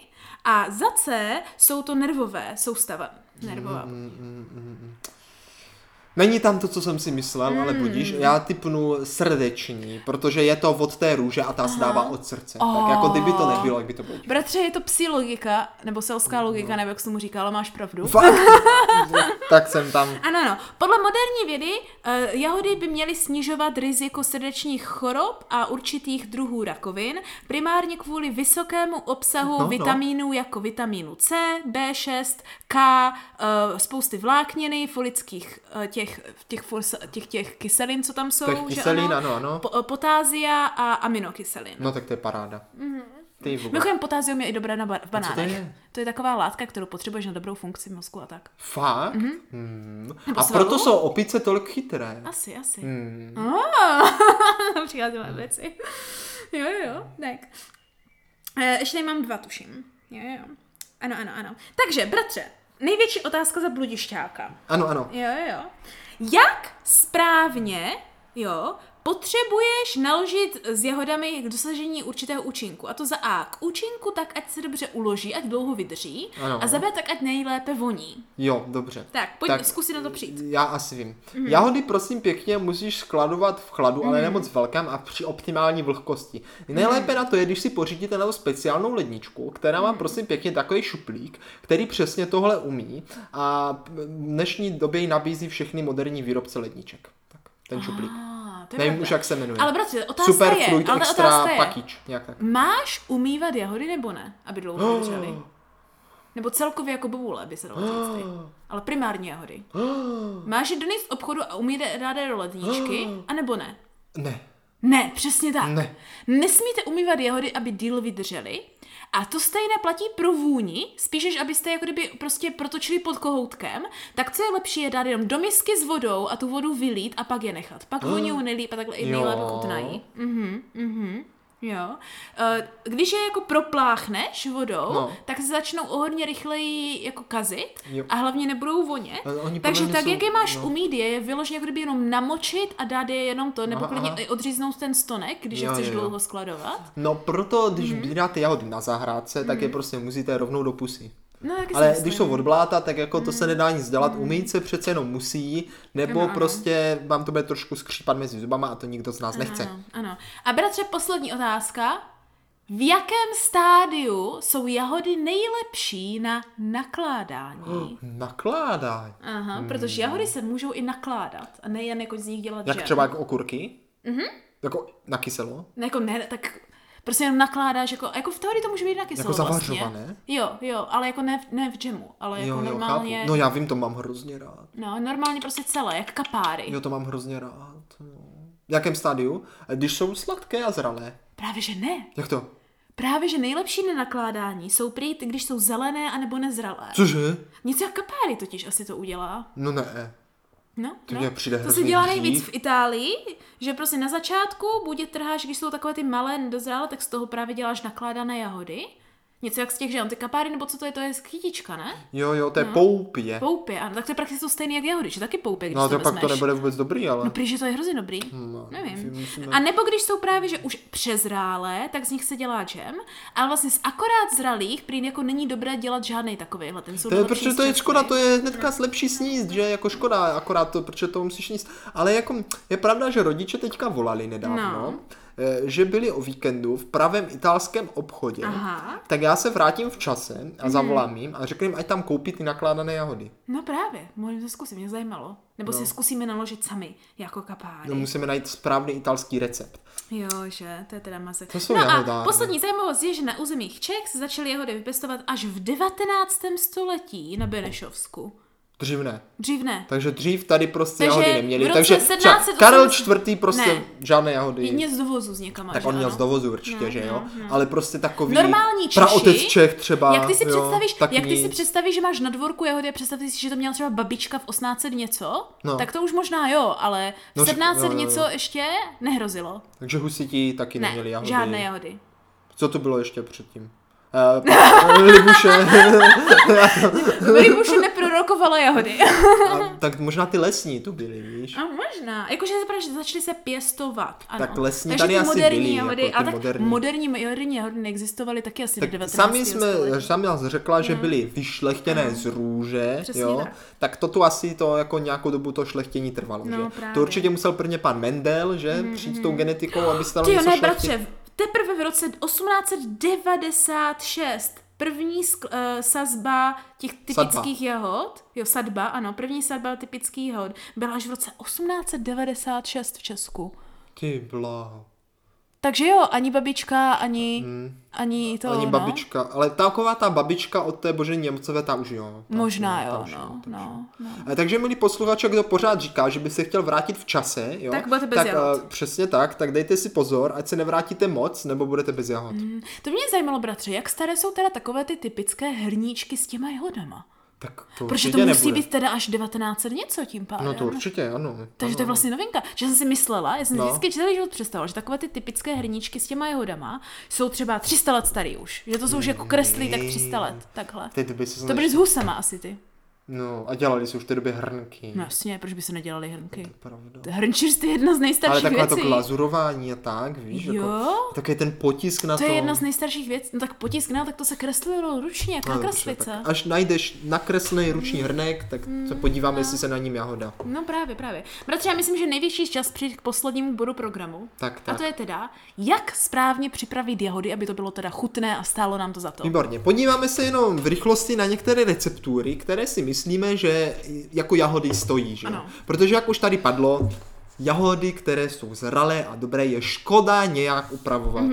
Speaker 2: A za
Speaker 1: Hm,
Speaker 2: C jsou to nervové soustava. Nervová.
Speaker 1: Není tam to, co jsem si myslel, ale
Speaker 2: Hmm.
Speaker 1: budíš. Já typnu srdeční, protože je to od té růže a ta se dává od srdce.
Speaker 2: Oh.
Speaker 1: Tak jako kdyby to nebylo, jak by to bylo.
Speaker 2: Bratře, je to psí logika, nebo selská logika, nebo jak jsem mu říkala, máš pravdu.
Speaker 1: Fakt? tak jsem tam.
Speaker 2: Ano, ano. Podle moderní vědy eh, jahody by měly snižovat riziko srdečních chorob a určitých druhů rakovin, primárně kvůli vysokému obsahu
Speaker 1: No, no.
Speaker 2: no, vitamínů no. jako vitamínu C, B6, K, eh, spousty vlákniny, folických eh, těch, těch, fors- těch, těch kyselin, co tam jsou.
Speaker 1: Těch
Speaker 2: že
Speaker 1: kyselin, ano, no, ano.
Speaker 2: Po, eh, potázia a aminokyselin.
Speaker 1: No tak to je paráda.
Speaker 2: Mhm.
Speaker 1: Ty vůbec.
Speaker 2: No. Mimochodem, potázium je i dobré na ba- v
Speaker 1: to
Speaker 2: banánech.
Speaker 1: je?
Speaker 2: to je taková látka, kterou potřebuješ na dobrou funkci mozku a tak.
Speaker 1: Fakt? Hmm. A
Speaker 2: Mhm. svalu?
Speaker 1: proto jsou opice tolik chytré.
Speaker 2: Asi, asi.
Speaker 1: Hmm.
Speaker 2: Přicházíme věci. Jo, jo, tak. E, ještě mám dva, tuším. Jo, jo. Ano, ano, ano. Takže, bratře, největší otázka za bludišťáka.
Speaker 1: Ano, ano.
Speaker 2: Jo, jo, jo. Jak správně, jo, potřebuješ naložit s jahodami k dosažení určitého účinku. A to za A. K účinku tak, ať se dobře uloží, ať dlouho vydrží.
Speaker 1: Ano.
Speaker 2: A za B tak, ať nejlépe voní.
Speaker 1: Jo, dobře.
Speaker 2: Tak, pojď,
Speaker 1: Tak,
Speaker 2: zkus si na to přijít. Mhm.
Speaker 1: Já asi vím. Mm. Jahody, prosím pěkně, musíš skladovat v chladu, ale ne moc velkém a při optimální vlhkosti.
Speaker 2: Mhm.
Speaker 1: Nejlépe na to je, když si pořídíte na to speciálnou ledničku, která má, prosím pěkně, takový šuplík, který přesně tohle umí a v dnešní době ji nabízí všechny moderní výrobce ledniček. Tak, ten šuplík.
Speaker 2: Ah, to je
Speaker 1: Nevím
Speaker 2: pravda.
Speaker 1: už, jak se jmenuje.
Speaker 2: Ale bratře, otázka
Speaker 1: Super
Speaker 2: je,
Speaker 1: fruit
Speaker 2: ale ta
Speaker 1: extra
Speaker 2: otázka je.
Speaker 1: package. Nějak tak.
Speaker 2: Máš umývat jahody nebo ne, aby dlouho
Speaker 1: Oh.
Speaker 2: vydržely? Nebo celkově jako bobule, by se dalo říct.
Speaker 1: Oh.
Speaker 2: i. Ale primárně jahody. Máš je donést z obchodu a umýt je- dát je do ledničky,
Speaker 1: Oh.
Speaker 2: anebo ne?
Speaker 1: Ne.
Speaker 2: Ne, přesně tak.
Speaker 1: Ne.
Speaker 2: Nesmíte umývat jahody, aby díl vydržely. A to stejné platí pro vůni, spíš než abyste jako kdyby prostě protočili pod kohoutkem, tak co je lepší je dát jenom do misky s vodou a tu vodu vylít a pak je nechat. Pak vůni nelíp a takhle i
Speaker 1: Ah, Jo.
Speaker 2: nejlépe chutnají. Mhm, mhm. Jo. Eh, Když je jako propláchneš vodou,
Speaker 1: No.
Speaker 2: no. tak se začnou o hodně rychleji jako kazit
Speaker 1: Jo.
Speaker 2: a hlavně nebudou vonět.
Speaker 1: Ale oni
Speaker 2: Takže
Speaker 1: podle mě
Speaker 2: tak,
Speaker 1: jsou-
Speaker 2: jak je máš
Speaker 1: no.
Speaker 2: umít, je, je vyloženě jako kdyby jenom namočit a dát je jenom to, nebo
Speaker 1: Aha,
Speaker 2: klidně
Speaker 1: aha.
Speaker 2: i odříznout ten stonek, když
Speaker 1: Jo,
Speaker 2: je chceš
Speaker 1: jo, jo.
Speaker 2: dlouho skladovat.
Speaker 1: No proto, když
Speaker 2: Mhm.
Speaker 1: mm. sbíráte jahody na zahrádce, tak je prostě musíte rovnou do pusy.
Speaker 2: No, taky si
Speaker 1: Ale
Speaker 2: Mhm. myslím.
Speaker 1: když jsou odbláta, tak jako to se nedá nic dělat, umýt se přece jenom musí, nebo
Speaker 2: Ano, ano.
Speaker 1: prostě vám to bude trošku skřípat mezi zubama a to nikdo z nás nechce.
Speaker 2: Ano, ano. A bratře, poslední otázka. V jakém stádiu jsou jahody nejlepší na
Speaker 1: Hm.
Speaker 2: nakládání?
Speaker 1: Nakládá.
Speaker 2: Aha,
Speaker 1: Hmm.
Speaker 2: protože jahody se můžou i nakládat a nejen jako z nich dělat
Speaker 1: Jak
Speaker 2: žel.
Speaker 1: třeba jako okurky? Mm-hmm.
Speaker 2: Mhm.
Speaker 1: Jako na kyselo?
Speaker 2: Ne, jako ne, tak prostě jenom nakládáš, jako, jako v teorii to může být na kyselo
Speaker 1: Jako
Speaker 2: Vlastně.
Speaker 1: zavařované?
Speaker 2: Jo, jo, ale jako ne, v- ne v džemu, ale jako
Speaker 1: jo, jo,
Speaker 2: normálně...
Speaker 1: chápu. No já vím, to mám hrozně rád.
Speaker 2: No, normálně prostě celé, jak kapáry.
Speaker 1: Jo, to mám hrozně rád. No. V jakém stádiu? Když jsou sladké a zralé.
Speaker 2: Právě že ne.
Speaker 1: Jak to?
Speaker 2: Právě že nejlepší na nakládání jsou prý, ty, když jsou zelené anebo nezralé.
Speaker 1: Cože?
Speaker 2: Něco jak kapáry totiž asi to udělá.
Speaker 1: No ne.
Speaker 2: No,
Speaker 1: To
Speaker 2: no.
Speaker 1: mě přijde
Speaker 2: to se
Speaker 1: hrozný
Speaker 2: dělá nejvíc
Speaker 1: hřích.
Speaker 2: v Itálii, že prostě na začátku buď je trháš, když jsou takové ty malé nedozrálé, tak z toho právě děláš nakládané jahody. Něco jak z těch, že on ty kapáry, nebo co to je, to je chytička, ne?
Speaker 1: Jo, jo, to je no. poupě.
Speaker 2: Poupě, ano, tak to je prakticky to stejné jak jahody, že taky poupě, když
Speaker 1: No a
Speaker 2: to,
Speaker 1: to pak to
Speaker 2: vezmeš.
Speaker 1: nebude vůbec dobrý, ale...
Speaker 2: No, prý, že to je hrozně dobrý.
Speaker 1: No, si
Speaker 2: Nevím.
Speaker 1: musíme-
Speaker 2: A nebo když jsou právě, že už přezrálé, tak z nich se dělá džem, ale vlastně z akorát zralých prý jako není dobré dělat žádný takovýhle. Ten jsou
Speaker 1: To je,
Speaker 2: nejlepší
Speaker 1: protože to je
Speaker 2: střevky.
Speaker 1: škoda, to je hnedka lepší sníst, že jako škoda, akorát to, protože to musíš sníst. Ale jako je pravda, že rodiče teďka volali nedávno,
Speaker 2: No.
Speaker 1: eh, že byli o víkendu v pravém italském obchodě.
Speaker 2: Aha. Mhm.
Speaker 1: Tak já se vrátím v čase a zavolám jim a řeknu jim, ať tam koupí ty nakládané jahody.
Speaker 2: No právě, můžeme to zkusit, mě zajímalo. Nebo no. si zkusíme naložit sami, jako kapáry.
Speaker 1: No, musíme najít správný italský recept.
Speaker 2: Jo, že, to je teda maze.
Speaker 1: To jsou
Speaker 2: no a
Speaker 1: jahodárny.
Speaker 2: poslední zajímavost je, že na územích Čech se začaly jahody vypěstovat až v 19. století na Benešovsku.
Speaker 1: Dřív ne.
Speaker 2: Dřív ne.
Speaker 1: Takže dřív tady prostě
Speaker 2: Takže
Speaker 1: jahody
Speaker 2: v
Speaker 1: neměli.
Speaker 2: roce
Speaker 1: Takže třeba
Speaker 2: 1780
Speaker 1: Karel IV. prostě
Speaker 2: Ne.
Speaker 1: žádné jahody.
Speaker 2: Jedně z dovozu z někam.
Speaker 1: Tak on měl z dovozu určitě,
Speaker 2: No,
Speaker 1: že jo?
Speaker 2: no,
Speaker 1: Ale prostě takový
Speaker 2: Normální Češi,
Speaker 1: praotec Čech třeba.
Speaker 2: jak ty si
Speaker 1: jo,
Speaker 2: představíš,
Speaker 1: tak
Speaker 2: jak ty si
Speaker 1: nic.
Speaker 2: představíš, že máš na dvorku jehody a představíš si, že to měla třeba babička v 1800 něco,
Speaker 1: No.
Speaker 2: no. tak to už možná jo, ale v
Speaker 1: No, že-
Speaker 2: 1700
Speaker 1: jo, jo, jo.
Speaker 2: něco ještě nehrozilo.
Speaker 1: Takže husiti taky
Speaker 2: Ne,
Speaker 1: neměli jahody.
Speaker 2: žádné jahody.
Speaker 1: Co to bylo ještě předtím? Uh, Libuše.
Speaker 2: Rybuši neprorok, Opakovala jahody.
Speaker 1: A, tak možná ty lesní tu byly, víš?
Speaker 2: A možná. Jakože vypadá, že začaly se pěstovat. Ano.
Speaker 1: Tak lesní
Speaker 2: Takže
Speaker 1: tady
Speaker 2: ty
Speaker 1: asi
Speaker 2: moderní
Speaker 1: byly,
Speaker 2: jahody,
Speaker 1: jako ty
Speaker 2: a tak
Speaker 1: moderní.
Speaker 2: moderní, moderní jahody neexistovaly taky asi do
Speaker 1: Tak
Speaker 2: 19.
Speaker 1: sami jsme,
Speaker 2: století. No.
Speaker 1: sami nás řekla, že byly vyšlechtěné z růže,
Speaker 2: Přesně
Speaker 1: jo,
Speaker 2: tak.
Speaker 1: tak. to tu asi to jako nějakou dobu to šlechtění trvalo,
Speaker 2: No,
Speaker 1: že?
Speaker 2: právě. Mhm,
Speaker 1: To určitě musel prvně pan Mendel, že, přijít s tou genetikou, aby se dalo
Speaker 2: Ty jo,
Speaker 1: něco
Speaker 2: ne,
Speaker 1: šlechtit.
Speaker 2: bratře, teprve v roce 1896 první skl, uh, sazba těch typických jahod, jo, sadba, ano, první sadba typických jahod byla až v roce 1896 v Česku.
Speaker 1: Ty bláho.
Speaker 2: Takže jo, ani babička, ani, hmm. ani to,
Speaker 1: Ani
Speaker 2: no.
Speaker 1: babička, ale taková ta babička od té bože Němcové, ta už jo. Ta, ta
Speaker 2: Možná jo,
Speaker 1: už
Speaker 2: no,
Speaker 1: ta už jo.
Speaker 2: no, no.
Speaker 1: Eh, Takže milí posluchače, kdo pořád říká, že by se chtěl vrátit v čase, jo,
Speaker 2: Tak budete bez
Speaker 1: tak eh,
Speaker 2: jahod.
Speaker 1: přesně tak, tak dejte si pozor, ať se nevrátíte moc, nebo budete bez jahod.
Speaker 2: To mě zajímalo, bratře, jak staré jsou teda takové ty typické hrníčky s těma jahodama?
Speaker 1: Tak to
Speaker 2: Protože
Speaker 1: určitě
Speaker 2: to musí
Speaker 1: nebude.
Speaker 2: být teda až 1900 něco tím pádem.
Speaker 1: No to určitě, ano.
Speaker 2: Takže to je vlastně novinka. Že jsem si myslela, já jsem no.
Speaker 1: No.
Speaker 2: vždycky celý život představila, že takové ty typické hrníčky s těma jehodama jsou třeba 300 let starý už. Že to jsou už jako kreslí tak 300 let, takhle.
Speaker 1: Ty doby se
Speaker 2: To byly s husama asi ty.
Speaker 1: No a dělali si už v té době hrnky.
Speaker 2: No jasně, proč by se nedělali hrnky?
Speaker 1: Pravda.
Speaker 2: Hrnčířství je jedna z
Speaker 1: Ale
Speaker 2: nejstarších
Speaker 1: takové to
Speaker 2: věcí.
Speaker 1: glazurování a tak, víš,
Speaker 2: Jo?
Speaker 1: jako, takový ten potisk na
Speaker 2: to
Speaker 1: to.
Speaker 2: je jedna z nejstarších věcí. No tak potisk, no, tak to se kreslilo ručně, jak na
Speaker 1: No, dobře,
Speaker 2: kreslice. Hmm,
Speaker 1: tak Až najdeš nakreslený ruční hrnek, tak se podíváme, jestli se na ním jahoda.
Speaker 2: No právě, právě. Bratře, já myslím, že nejvyšší čas přijít k poslednímu bodu programu.
Speaker 1: Tak,
Speaker 2: A
Speaker 1: tak.
Speaker 2: to je teda, jak správně připravit jahody, aby to bylo teda chutné a stálo nám to za to.
Speaker 1: Výborně. Podíváme se jenom v rychlosti na některé receptury, které si myslíme, že jako jahody stojí. Že? jo?
Speaker 2: Ano.
Speaker 1: Protože jak už tady padlo, jahody, které jsou zralé a dobré, je škoda nějak upravovat.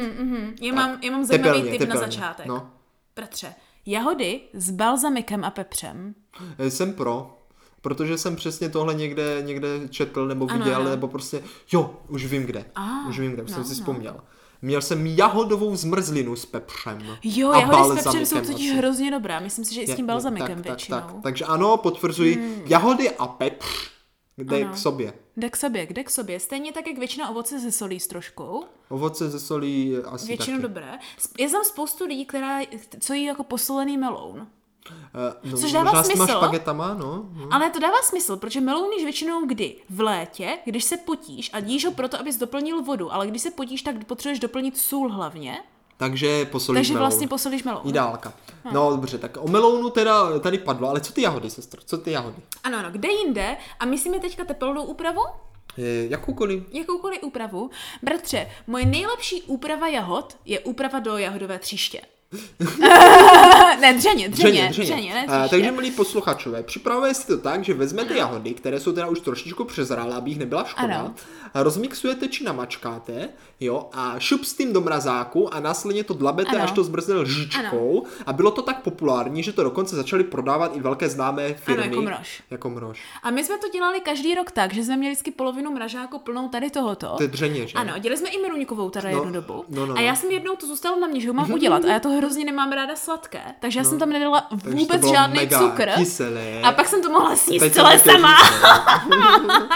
Speaker 2: Já mám, já mám zajímavý
Speaker 1: Tepelně,
Speaker 2: Mhm, tip
Speaker 1: tepelně.
Speaker 2: na začátek.
Speaker 1: No,
Speaker 2: Bratře, jahody s balzamikem a pepřem.
Speaker 1: Eh, Jsem pro, protože jsem přesně tohle někde, někde četl nebo
Speaker 2: Ano,
Speaker 1: viděl,
Speaker 2: ano.
Speaker 1: nebo prostě, jo, už vím kde,
Speaker 2: Ah,
Speaker 1: už vím kde, už
Speaker 2: no,
Speaker 1: jsem si
Speaker 2: no.
Speaker 1: vzpomněl. Měl jsem jahodovou zmrzlinu s pepřem.
Speaker 2: Jo,
Speaker 1: a
Speaker 2: jahody s pepřem
Speaker 1: balzamikem
Speaker 2: jsou totiž
Speaker 1: asi.
Speaker 2: hrozně dobrá. Myslím si, že i s tím
Speaker 1: Je-
Speaker 2: balzamikem
Speaker 1: tak, tak,
Speaker 2: většinou. Hmm.
Speaker 1: tak, Takže ano, potvrzuji, jahody a pepř jde
Speaker 2: Ano.
Speaker 1: k sobě.
Speaker 2: Jde k sobě, jde k sobě. Stejně tak, jak většina ovoce se solí s troškou.
Speaker 1: Ovoce ze solí je asi
Speaker 2: Většinou
Speaker 1: taky.
Speaker 2: dobré. S- Je tam spoustu lidí, která, co jí jako posolený meloun.
Speaker 1: Eh, no,
Speaker 2: Což dává
Speaker 1: možná s těma
Speaker 2: smysl.
Speaker 1: špagetama, no. no.
Speaker 2: Ale to dává smysl, protože melouníš většinou kdy? V létě, když se potíš a díš ho proto, abys doplnil vodu, ale když se potíš, tak potřebuješ doplnit sůl hlavně,
Speaker 1: Takže posolí
Speaker 2: takže
Speaker 1: meloun.
Speaker 2: vlastně posolíš meloun.
Speaker 1: Ideálka. No dobře, tak o melounu teda tady padlo, ale co ty jahody, sestro, co ty jahody?
Speaker 2: Ano, ano, kde jinde? A myslíme teďka tepelnou úpravu?
Speaker 1: Eh, Jakoukoliv
Speaker 2: Jakoukoliv úpravu? Bratře, moje nejlepší úprava jahod je úprava do jahodové tříště. ne, dřeně, dřeně, dřeně, ne,
Speaker 1: A,
Speaker 2: tříště.
Speaker 1: takže, milí posluchačové, připravuje si to tak, že vezmete jahody, které jsou teda už trošičku přezrálé, aby jich nebyla škoda,
Speaker 2: Ano.
Speaker 1: a rozmixujete či namačkáte, jo, a šup s tím do mrazáku a následně to dlabete,
Speaker 2: Ano.
Speaker 1: až to zmrzne lžičkou. A bylo to tak populární, že to dokonce začaly prodávat i velké známé firmy.
Speaker 2: jako mrož.
Speaker 1: Jako mrož.
Speaker 2: A my jsme to dělali každý rok tak, že jsme měli vždycky polovinu mražáku plnou tady tohoto.
Speaker 1: To je dřeně, že?
Speaker 2: Ano, dělali jsme i Meruňkovou teda
Speaker 1: No,
Speaker 2: jednu dobu.
Speaker 1: no, no,
Speaker 2: a já
Speaker 1: no.
Speaker 2: jsem jednou to zůstalo na mě, že ho mám udělat. A já to hrozně nemám ráda sladké, takže já jsem tam nedala
Speaker 1: No. to
Speaker 2: vůbec
Speaker 1: bylo
Speaker 2: žádný
Speaker 1: mega
Speaker 2: cukr.
Speaker 1: kyselé.
Speaker 2: A pak jsem to mohla
Speaker 1: Teď
Speaker 2: sníst
Speaker 1: jsem
Speaker 2: celé
Speaker 1: chtěl říct,
Speaker 2: sama.
Speaker 1: no.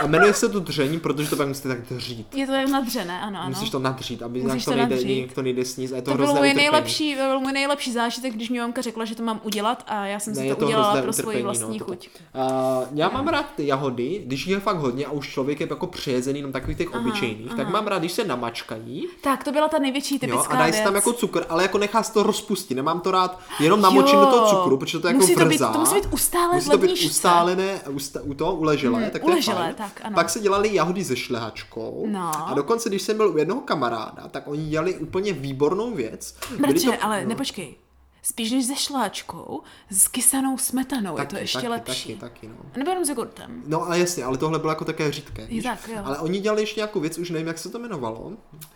Speaker 1: A jmenuje se to dření, protože to pak musíte tak dřít.
Speaker 2: Je to jak nadřené, ano, ano.
Speaker 1: Musíš to nadřít, aby
Speaker 2: Musíš
Speaker 1: nějak to,
Speaker 2: to
Speaker 1: nejde,
Speaker 2: nadřít.
Speaker 1: nějak to nejde sníst. A je to,
Speaker 2: To
Speaker 1: hrozné
Speaker 2: byl můj
Speaker 1: utrpení.
Speaker 2: nejlepší, byl můj nejlepší zážitek, když mi mamka řekla, že to mám udělat a já jsem si
Speaker 1: Ne,
Speaker 2: to,
Speaker 1: je to
Speaker 2: udělala
Speaker 1: hrozné
Speaker 2: pro svoji
Speaker 1: utrpení, no,
Speaker 2: vlastní
Speaker 1: to-
Speaker 2: chuť.
Speaker 1: Uh, já mám rád ty jahody, když jich je fakt hodně a už člověk je jako přejezený jenom takových těch obyčejných, tak mám rád, když se namačkají
Speaker 2: Tak, to byla ta největší
Speaker 1: jo,
Speaker 2: typická
Speaker 1: a dají
Speaker 2: věc.
Speaker 1: si tam jako cukr, ale jako nechá se to rozpustit. Nemám to rád jenom namočím do toho cukru, protože to je jako
Speaker 2: musí to být,
Speaker 1: vrzá.
Speaker 2: to musí být ustále
Speaker 1: Musí to
Speaker 2: v
Speaker 1: být
Speaker 2: ledničce.
Speaker 1: ustálené, usta, u toho uleželé, tak to
Speaker 2: uleželé,
Speaker 1: je fajn.
Speaker 2: Mhm, tak, ano.
Speaker 1: Pak se dělali jahody se šlehačkou
Speaker 2: No.
Speaker 1: a dokonce, když jsem byl u jednoho kamaráda, tak oni dělali úplně výbornou věc. Byli
Speaker 2: Mrče,
Speaker 1: to- no.
Speaker 2: ale nepočkej. Spíš než se šláčkou, s kysanou smetanou je to ještě lepší.
Speaker 1: Taky, taky, no.
Speaker 2: Nebo jenom s jogurtem.
Speaker 1: No ale jasně, ale tohle bylo jako také řídké. víš?
Speaker 2: tak, jo.
Speaker 1: Ale oni dělali ještě nějakou věc, už nevím, jak se to jmenovalo,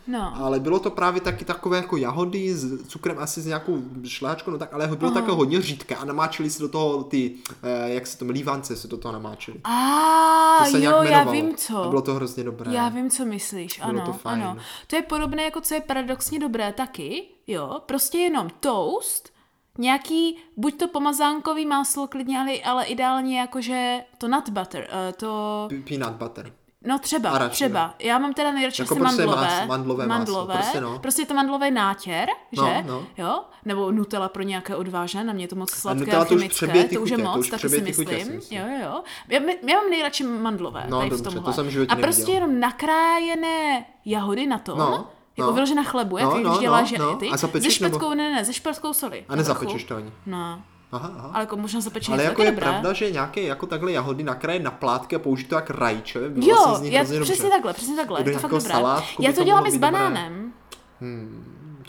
Speaker 2: No.
Speaker 1: ale bylo to právě taky takové jako jahody s cukrem, asi s nějakou šláčkou, no tak, ale bylo také hodně řídké a namáčeli si do toho ty, eh, jak se to, lívance se do toho namáčeli.
Speaker 2: A
Speaker 1: to se
Speaker 2: jo,
Speaker 1: nějak
Speaker 2: já
Speaker 1: jmenovalo.
Speaker 2: vím
Speaker 1: A
Speaker 2: co.
Speaker 1: bylo to hrozně dobré.
Speaker 2: Já vím, co myslíš,
Speaker 1: Bylo
Speaker 2: ano,
Speaker 1: to fajn.
Speaker 2: ano. To je podobné, jako co je paradoxně dobré taky, jo, prostě jenom toast, nějaký, buď to pomazánkový jako, máslo klidně, ale, ale ideálně jakože to nut butter, eh, to,
Speaker 1: P- Peanut butter.
Speaker 2: No třeba,
Speaker 1: Arašidové.
Speaker 2: třeba. Já mám teda nejradši
Speaker 1: Jako
Speaker 2: asi
Speaker 1: prostě
Speaker 2: mandlové.
Speaker 1: máslo, mandlové máslo, prostě no.
Speaker 2: prostě to mandlové nátěr, že?
Speaker 1: No, no.
Speaker 2: Jo? Nebo nutela pro nějaké odvážné, na mě je to moc sladké
Speaker 1: Nutella
Speaker 2: a
Speaker 1: to už
Speaker 2: chemické.
Speaker 1: přebije ty
Speaker 2: to už je
Speaker 1: chutě, to
Speaker 2: moc,
Speaker 1: už
Speaker 2: taky si
Speaker 1: přebije ty
Speaker 2: myslím.
Speaker 1: chutě, si myslím.
Speaker 2: Jo, jo, jo. Já, my- já mám nejradši mandlové
Speaker 1: No,
Speaker 2: tady v
Speaker 1: dobře, to
Speaker 2: tomhle.
Speaker 1: jsem v životě
Speaker 2: a prostě
Speaker 1: neviděl.
Speaker 2: jenom nakrájené jahody na tom,
Speaker 1: No,
Speaker 2: jako
Speaker 1: no.
Speaker 2: vyložené na chlebu, jak
Speaker 1: No,
Speaker 2: no,
Speaker 1: no,
Speaker 2: už dělá
Speaker 1: no,
Speaker 2: ženy
Speaker 1: no.
Speaker 2: ty.
Speaker 1: A zapečeš
Speaker 2: ze špetkou, ne, ne, ze špetkou
Speaker 1: A
Speaker 2: soli. na vrchu.
Speaker 1: nezapečeš to ani.
Speaker 2: No,
Speaker 1: Aha, aha.
Speaker 2: ale jako možná zapečený
Speaker 1: Ale
Speaker 2: to
Speaker 1: jako
Speaker 2: taky
Speaker 1: je
Speaker 2: dobré.
Speaker 1: pravda, že nějaké jako takhle jahody nakráje na plátky a použít to jak rajče. vlastně
Speaker 2: Jo,
Speaker 1: z nich
Speaker 2: já,
Speaker 1: hrozně dobře.
Speaker 2: přesně takhle, přesně takhle,
Speaker 1: I
Speaker 2: je
Speaker 1: do
Speaker 2: to fakt
Speaker 1: nějakého
Speaker 2: dobré.
Speaker 1: jako salátku
Speaker 2: Já
Speaker 1: by
Speaker 2: to
Speaker 1: to
Speaker 2: dělám
Speaker 1: mohlo
Speaker 2: i s
Speaker 1: být dobré.
Speaker 2: banánem.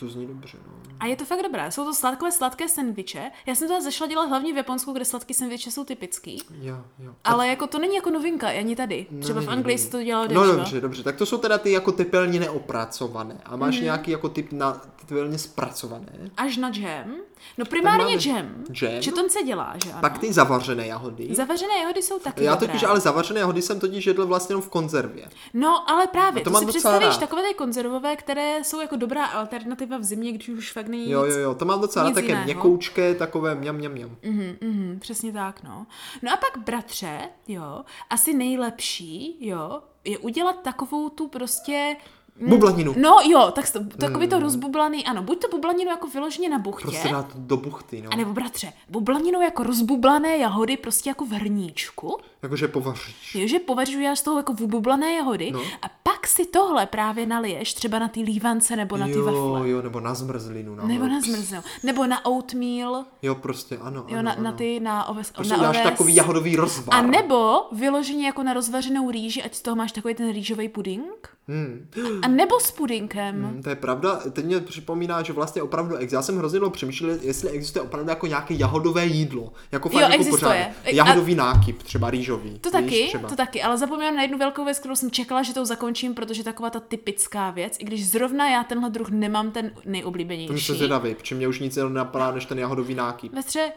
Speaker 1: To zní dobře, no.
Speaker 2: A je to fakt dobré. Jsou to sladkové, sladké sendviče. Já jsem to zašla dělat hlavně v Japonsku, kde sladké sendviče jsou typický.
Speaker 1: Jo, jo.
Speaker 2: Ale jako to není jako novinka, ani tady. Třeba v Anglii se to dělalo
Speaker 1: No
Speaker 2: dávno.
Speaker 1: dobře, dobře, tak to jsou teda ty jako tepelně neopracované. A
Speaker 2: Hmm.
Speaker 1: máš nějaký jako typ na tepelně zpracované?
Speaker 2: Až na džem. No primárně
Speaker 1: máme
Speaker 2: džem.
Speaker 1: džem.
Speaker 2: Četon se dělá, že ano?
Speaker 1: Pak ty zavařené jahody.
Speaker 2: Zavařené jehody jsou taky
Speaker 1: Já
Speaker 2: dobré.
Speaker 1: totiž, ale zavařené jahody jsem totiž jedl vlastně jenom v konzervě.
Speaker 2: No, ale právě,
Speaker 1: A to
Speaker 2: to, to
Speaker 1: mám
Speaker 2: si
Speaker 1: docela
Speaker 2: představíš
Speaker 1: rád.
Speaker 2: takové ty konzervové, které jsou jako dobrá alternativa v zimě, když už fakt není
Speaker 1: Jo,
Speaker 2: nic
Speaker 1: jo, jo, to mám docela
Speaker 2: Nic
Speaker 1: rád, také
Speaker 2: jiného.
Speaker 1: měkoučké, takové mňam, mňam, mňam.
Speaker 2: Mm, přesně tak, no. No a pak bratře, jo, asi nejlepší, jo, je udělat takovou tu prostě... mm,
Speaker 1: Bublaninu.
Speaker 2: No jo, tak to, takový to rozbublaný, ano, buď to bublaninu jako vyloženě na buchtě,
Speaker 1: Hmm. Prostě dát do buchty, no.
Speaker 2: a nebo bratře, bublaninu jako rozbublané jahody prostě jako v hrníčku,
Speaker 1: Jakože povaříš.
Speaker 2: jo, že považuji já z toho jako vubublané jahody
Speaker 1: No.
Speaker 2: a pak si tohle právě naliješ třeba na ty lívance nebo na ty
Speaker 1: Jo,
Speaker 2: wafle.
Speaker 1: jo, nebo na zmrzlinu. Na
Speaker 2: Nebo na
Speaker 1: Pst.
Speaker 2: zmrzlinu, nebo na oatmeal,
Speaker 1: Jo, prostě, ano,
Speaker 2: jo,
Speaker 1: ano,
Speaker 2: na,
Speaker 1: ano.
Speaker 2: na ty, na oves,
Speaker 1: Prostě
Speaker 2: na
Speaker 1: uděláš
Speaker 2: oves.
Speaker 1: takový jahodový rozvar.
Speaker 2: A nebo vyloženě jako na rozvařenou rýži, ať z toho máš takový ten rýžový puding.
Speaker 1: Hmm.
Speaker 2: A nebo s pudinkem.
Speaker 1: Hmm, to je pravda, teď mě připomíná, že vlastně opravdu, ex- já jsem hrozně dlouho přemýšlel, jestli existuje opravdu jako nějaké jahodové jídlo. Jako fakt
Speaker 2: Jo,
Speaker 1: jako
Speaker 2: existuje.
Speaker 1: pořádně.
Speaker 2: E- a-
Speaker 1: Jahodový nákyp, třeba rýžový.
Speaker 2: To
Speaker 1: víš,
Speaker 2: taky,
Speaker 1: třeba.
Speaker 2: to taky, ale zapomněla na jednu velkou věc, kterou jsem čekala, že tou zakončím, protože taková ta typická věc, i když zrovna já tenhle druh nemám ten
Speaker 1: To jsem se
Speaker 2: nejoblíbenější.
Speaker 1: zvědavý, protože mě už nic jiného nenapadá, než ten jahodový nákyp.
Speaker 2: Ve stře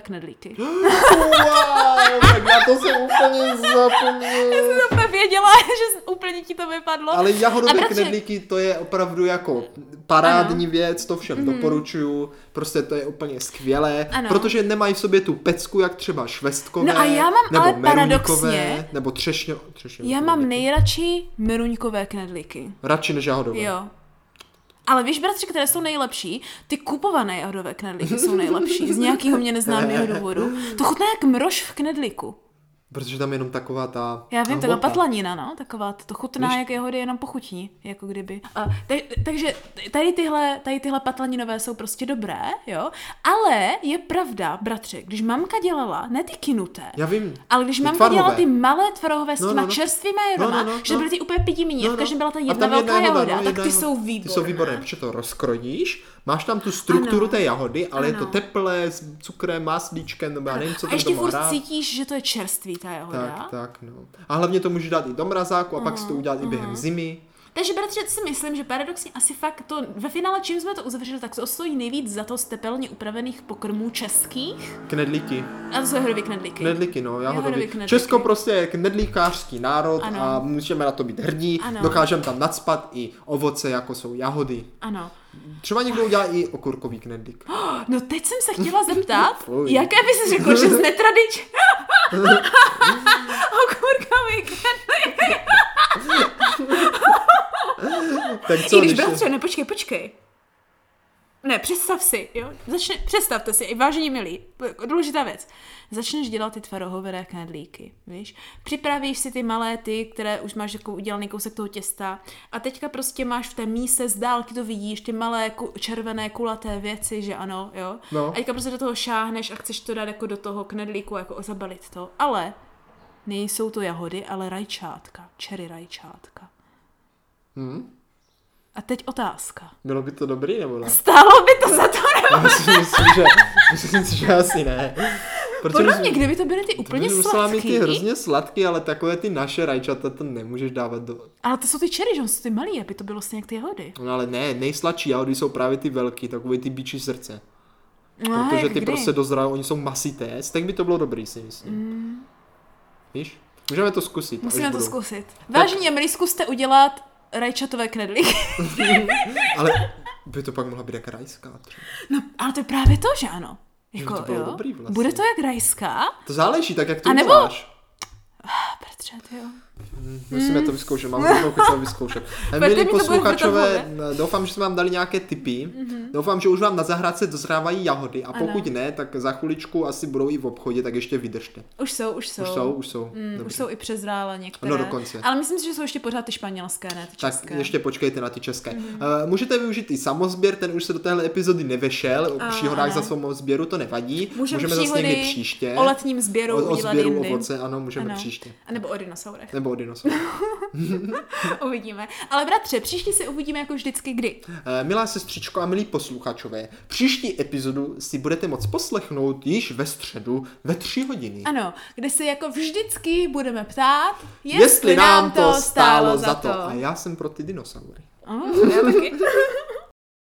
Speaker 2: knedlíky.
Speaker 1: Wow, tak já to jsem úplně zapomněl.
Speaker 2: Já jsem to věděla, že úplně ti to vypadlo.
Speaker 1: Ale jahodové
Speaker 2: A bratře-
Speaker 1: knedlíky, to je opravdu jako parádní ano. věc, to všem mm-hmm. doporučuju, prostě to je úplně skvělé,
Speaker 2: Mhm. Ano.
Speaker 1: protože nemají v sobě tu pecku, jak třeba švestkové,
Speaker 2: No a já mám
Speaker 1: nebo
Speaker 2: ale
Speaker 1: meruňkové,
Speaker 2: paradoxně-
Speaker 1: nebo třešňo, třešňové.
Speaker 2: Já mám nejradši meruňkové knedlíky.
Speaker 1: Radši než jahodové.
Speaker 2: Jo. Ale víš, bratři, které jsou nejlepší? Ty kupované jahodové knedlíky jsou nejlepší. Z nějakého mě neznámého důvodu. To chutná jak mrož v knedlíku.
Speaker 1: Protože tam je jenom taková ta...
Speaker 2: Já vím,
Speaker 1: ta
Speaker 2: taková
Speaker 1: hmota.
Speaker 2: patlanina, no, taková, to, to chutná, jak jehody jenom pochutí, jako kdyby. A, tak, takže tady tyhle, tady tyhle patlaninové jsou prostě dobré, jo, ale je pravda, bratře, když mamka dělala, ne ty kinuté,
Speaker 1: Já vím.
Speaker 2: ale když
Speaker 1: Ty
Speaker 2: mamka
Speaker 1: tvarohové.
Speaker 2: dělala ty malé tvarohové s
Speaker 1: No, no,
Speaker 2: těma
Speaker 1: no.
Speaker 2: čerstvýma jahodama, no, no, no, že to byly ty úplně pidimíně, no, no. v každém byla ta
Speaker 1: A
Speaker 2: jedna
Speaker 1: tam
Speaker 2: velká
Speaker 1: jahoda,
Speaker 2: jahoda,
Speaker 1: no,
Speaker 2: tak
Speaker 1: jedna
Speaker 2: ty
Speaker 1: jahoda.
Speaker 2: jsou výborné.
Speaker 1: Ty jsou výborné, protože to rozkrojíš, máš tam tu strukturu
Speaker 2: Ano.
Speaker 1: té jahody, ale je to
Speaker 2: Ano.
Speaker 1: teplé, s cukrem, máslíčkem, nebo já nevím, co
Speaker 2: a
Speaker 1: tam
Speaker 2: ještě
Speaker 1: to má
Speaker 2: furt
Speaker 1: rád.
Speaker 2: cítíš, že to je čerstvý ta jahoda.
Speaker 1: Tak, tak, no. A hlavně to můžeš dát i do mrazáku a pak si to udělat i během zimy.
Speaker 2: Takže bratře, si myslím, že paradoxně asi fakt to ve finále, čím jsme to uzavřeli, tak to stojí nejvíc za to z tepelně upravených pokrmů českých.
Speaker 1: Knedlíky.
Speaker 2: A to jsou hrvy knedlíky.
Speaker 1: Knedlíky, no, já
Speaker 2: Jahodový
Speaker 1: hodový.
Speaker 2: knedlíky.
Speaker 1: Česko prostě je knedlíkářský národ
Speaker 2: Ano.
Speaker 1: a můžeme na to být hrdí.
Speaker 2: Ano.
Speaker 1: Dokážeme tam nadspat i ovoce, jako jsou jahody.
Speaker 2: Ano.
Speaker 1: Třeba někdo udělá i okurkový knedlík.
Speaker 2: No teď jsem se chtěla zeptat,
Speaker 1: Fuj.
Speaker 2: jaké bys řekl, že z netradič... Okurkami knedlíky.
Speaker 1: Tak
Speaker 2: I když
Speaker 1: když to-
Speaker 2: bratře, ne, počkej, počkej. Ne, představ si, jo? Začne, představte si, i vážení milí, důležitá věc. Začneš dělat ty tvarohoveré knedlíky, víš? Připravíš si ty malé ty, které už máš jako udělaný kousek toho těsta a teďka prostě máš v té míse, z dálky to vidíš, ty malé ku, červené kulaté věci, že ano, jo?
Speaker 1: No.
Speaker 2: A teďka prostě do toho šáhneš a chceš to dát jako do toho knedlíku, jako zabalit to, ale nejsou to jahody, ale rajčátka, čery rajčátka. A teď otázka.
Speaker 1: Bylo by to dobrý, nebo ne?
Speaker 2: Stálo by to za to? nebo-
Speaker 1: Já si myslím, že, myslím si, že asi ne. Protože
Speaker 2: Podle
Speaker 1: bys-
Speaker 2: mě, kdyby to byly ty
Speaker 1: bys
Speaker 2: úplně
Speaker 1: musela mít ty
Speaker 2: sladký,
Speaker 1: hrozně sladký, ale takové ty naše rajčata, to nemůžeš dávat do...
Speaker 2: ale to jsou ty čery, že jo, jsou ty malý, aby to bylo stejně jak ty jahody.
Speaker 1: No ale ne, nejsladší jahody jsou právě ty velký, takové ty bíčí srdce.
Speaker 2: No, a
Speaker 1: Protože
Speaker 2: jak
Speaker 1: ty
Speaker 2: kdy?
Speaker 1: prostě dozrajou, oni jsou masité, tak by to bylo dobrý, si myslím. Víš? Můžeme to zkusit. až
Speaker 2: Mm. Musíme to
Speaker 1: budou.
Speaker 2: zkusit. Vážení, Emily, zkuste udělat rajčatové knedlíky.
Speaker 1: Ale by to pak mohla být jak rajská třeba.
Speaker 2: No, ale to je právě to, že ano. Jako,
Speaker 1: to bylo
Speaker 2: jo?
Speaker 1: dobrý vlastně.
Speaker 2: Bude to jak rajská?
Speaker 1: To záleží, tak jak to
Speaker 2: A nebo-
Speaker 1: uděláš.
Speaker 2: A, Petře, ty jo.
Speaker 1: Musíme to vyzkoušet, mám hodnou chuť to vyzkoušet. Eh,
Speaker 2: Berte
Speaker 1: Milí
Speaker 2: Mm. mi to, bude
Speaker 1: posluchačové,
Speaker 2: v
Speaker 1: eh, doufám, že jsme vám dali nějaké tipy.
Speaker 2: Mhm.
Speaker 1: Doufám, že už vám na zahradce dozrávají jahody a pokud ne, tak za chviličku asi budou i v obchodě, tak ještě vydržte.
Speaker 2: Už jsou, už jsou.
Speaker 1: Už jsou, už jsou.
Speaker 2: Mm, už
Speaker 1: Dobře.
Speaker 2: jsou i přezrála některé.
Speaker 1: No, dokonce.
Speaker 2: Ale myslím si, že jsou ještě pořád ty španělské, ne
Speaker 1: Tak
Speaker 2: ty české. Mhm.
Speaker 1: ještě počkejte na ty české. Mm-hmm. Uh, můžete využít i samozběr, ten už se do téhle epizody nevešel. O
Speaker 2: A,
Speaker 1: příhodách
Speaker 2: ne.
Speaker 1: za samozběru to nevadí.
Speaker 2: Můžeme,
Speaker 1: můžeme zase
Speaker 2: příhody
Speaker 1: někdy příště.
Speaker 2: o letním sběru
Speaker 1: o, o
Speaker 2: udělat
Speaker 1: sběru
Speaker 2: jindy.
Speaker 1: ovoce, ano, můžeme
Speaker 2: Ano.
Speaker 1: příště.
Speaker 2: A nebo o dinosaurech.
Speaker 1: Nebo o dinosaurech.
Speaker 2: Uvidíme. Ale bratře, příště se uvidíme jako vždycky kdy.
Speaker 1: Eh, Milá sestřičko a milí posluchačové, příští epizodu si budete moc poslechnout již ve středu ve tři hodiny.
Speaker 2: Ano, kde se jako vždycky budeme ptát, jestli,
Speaker 1: Jestli nám to stálo za to. A já jsem pro ty dinosaury.
Speaker 2: Oh, já taky.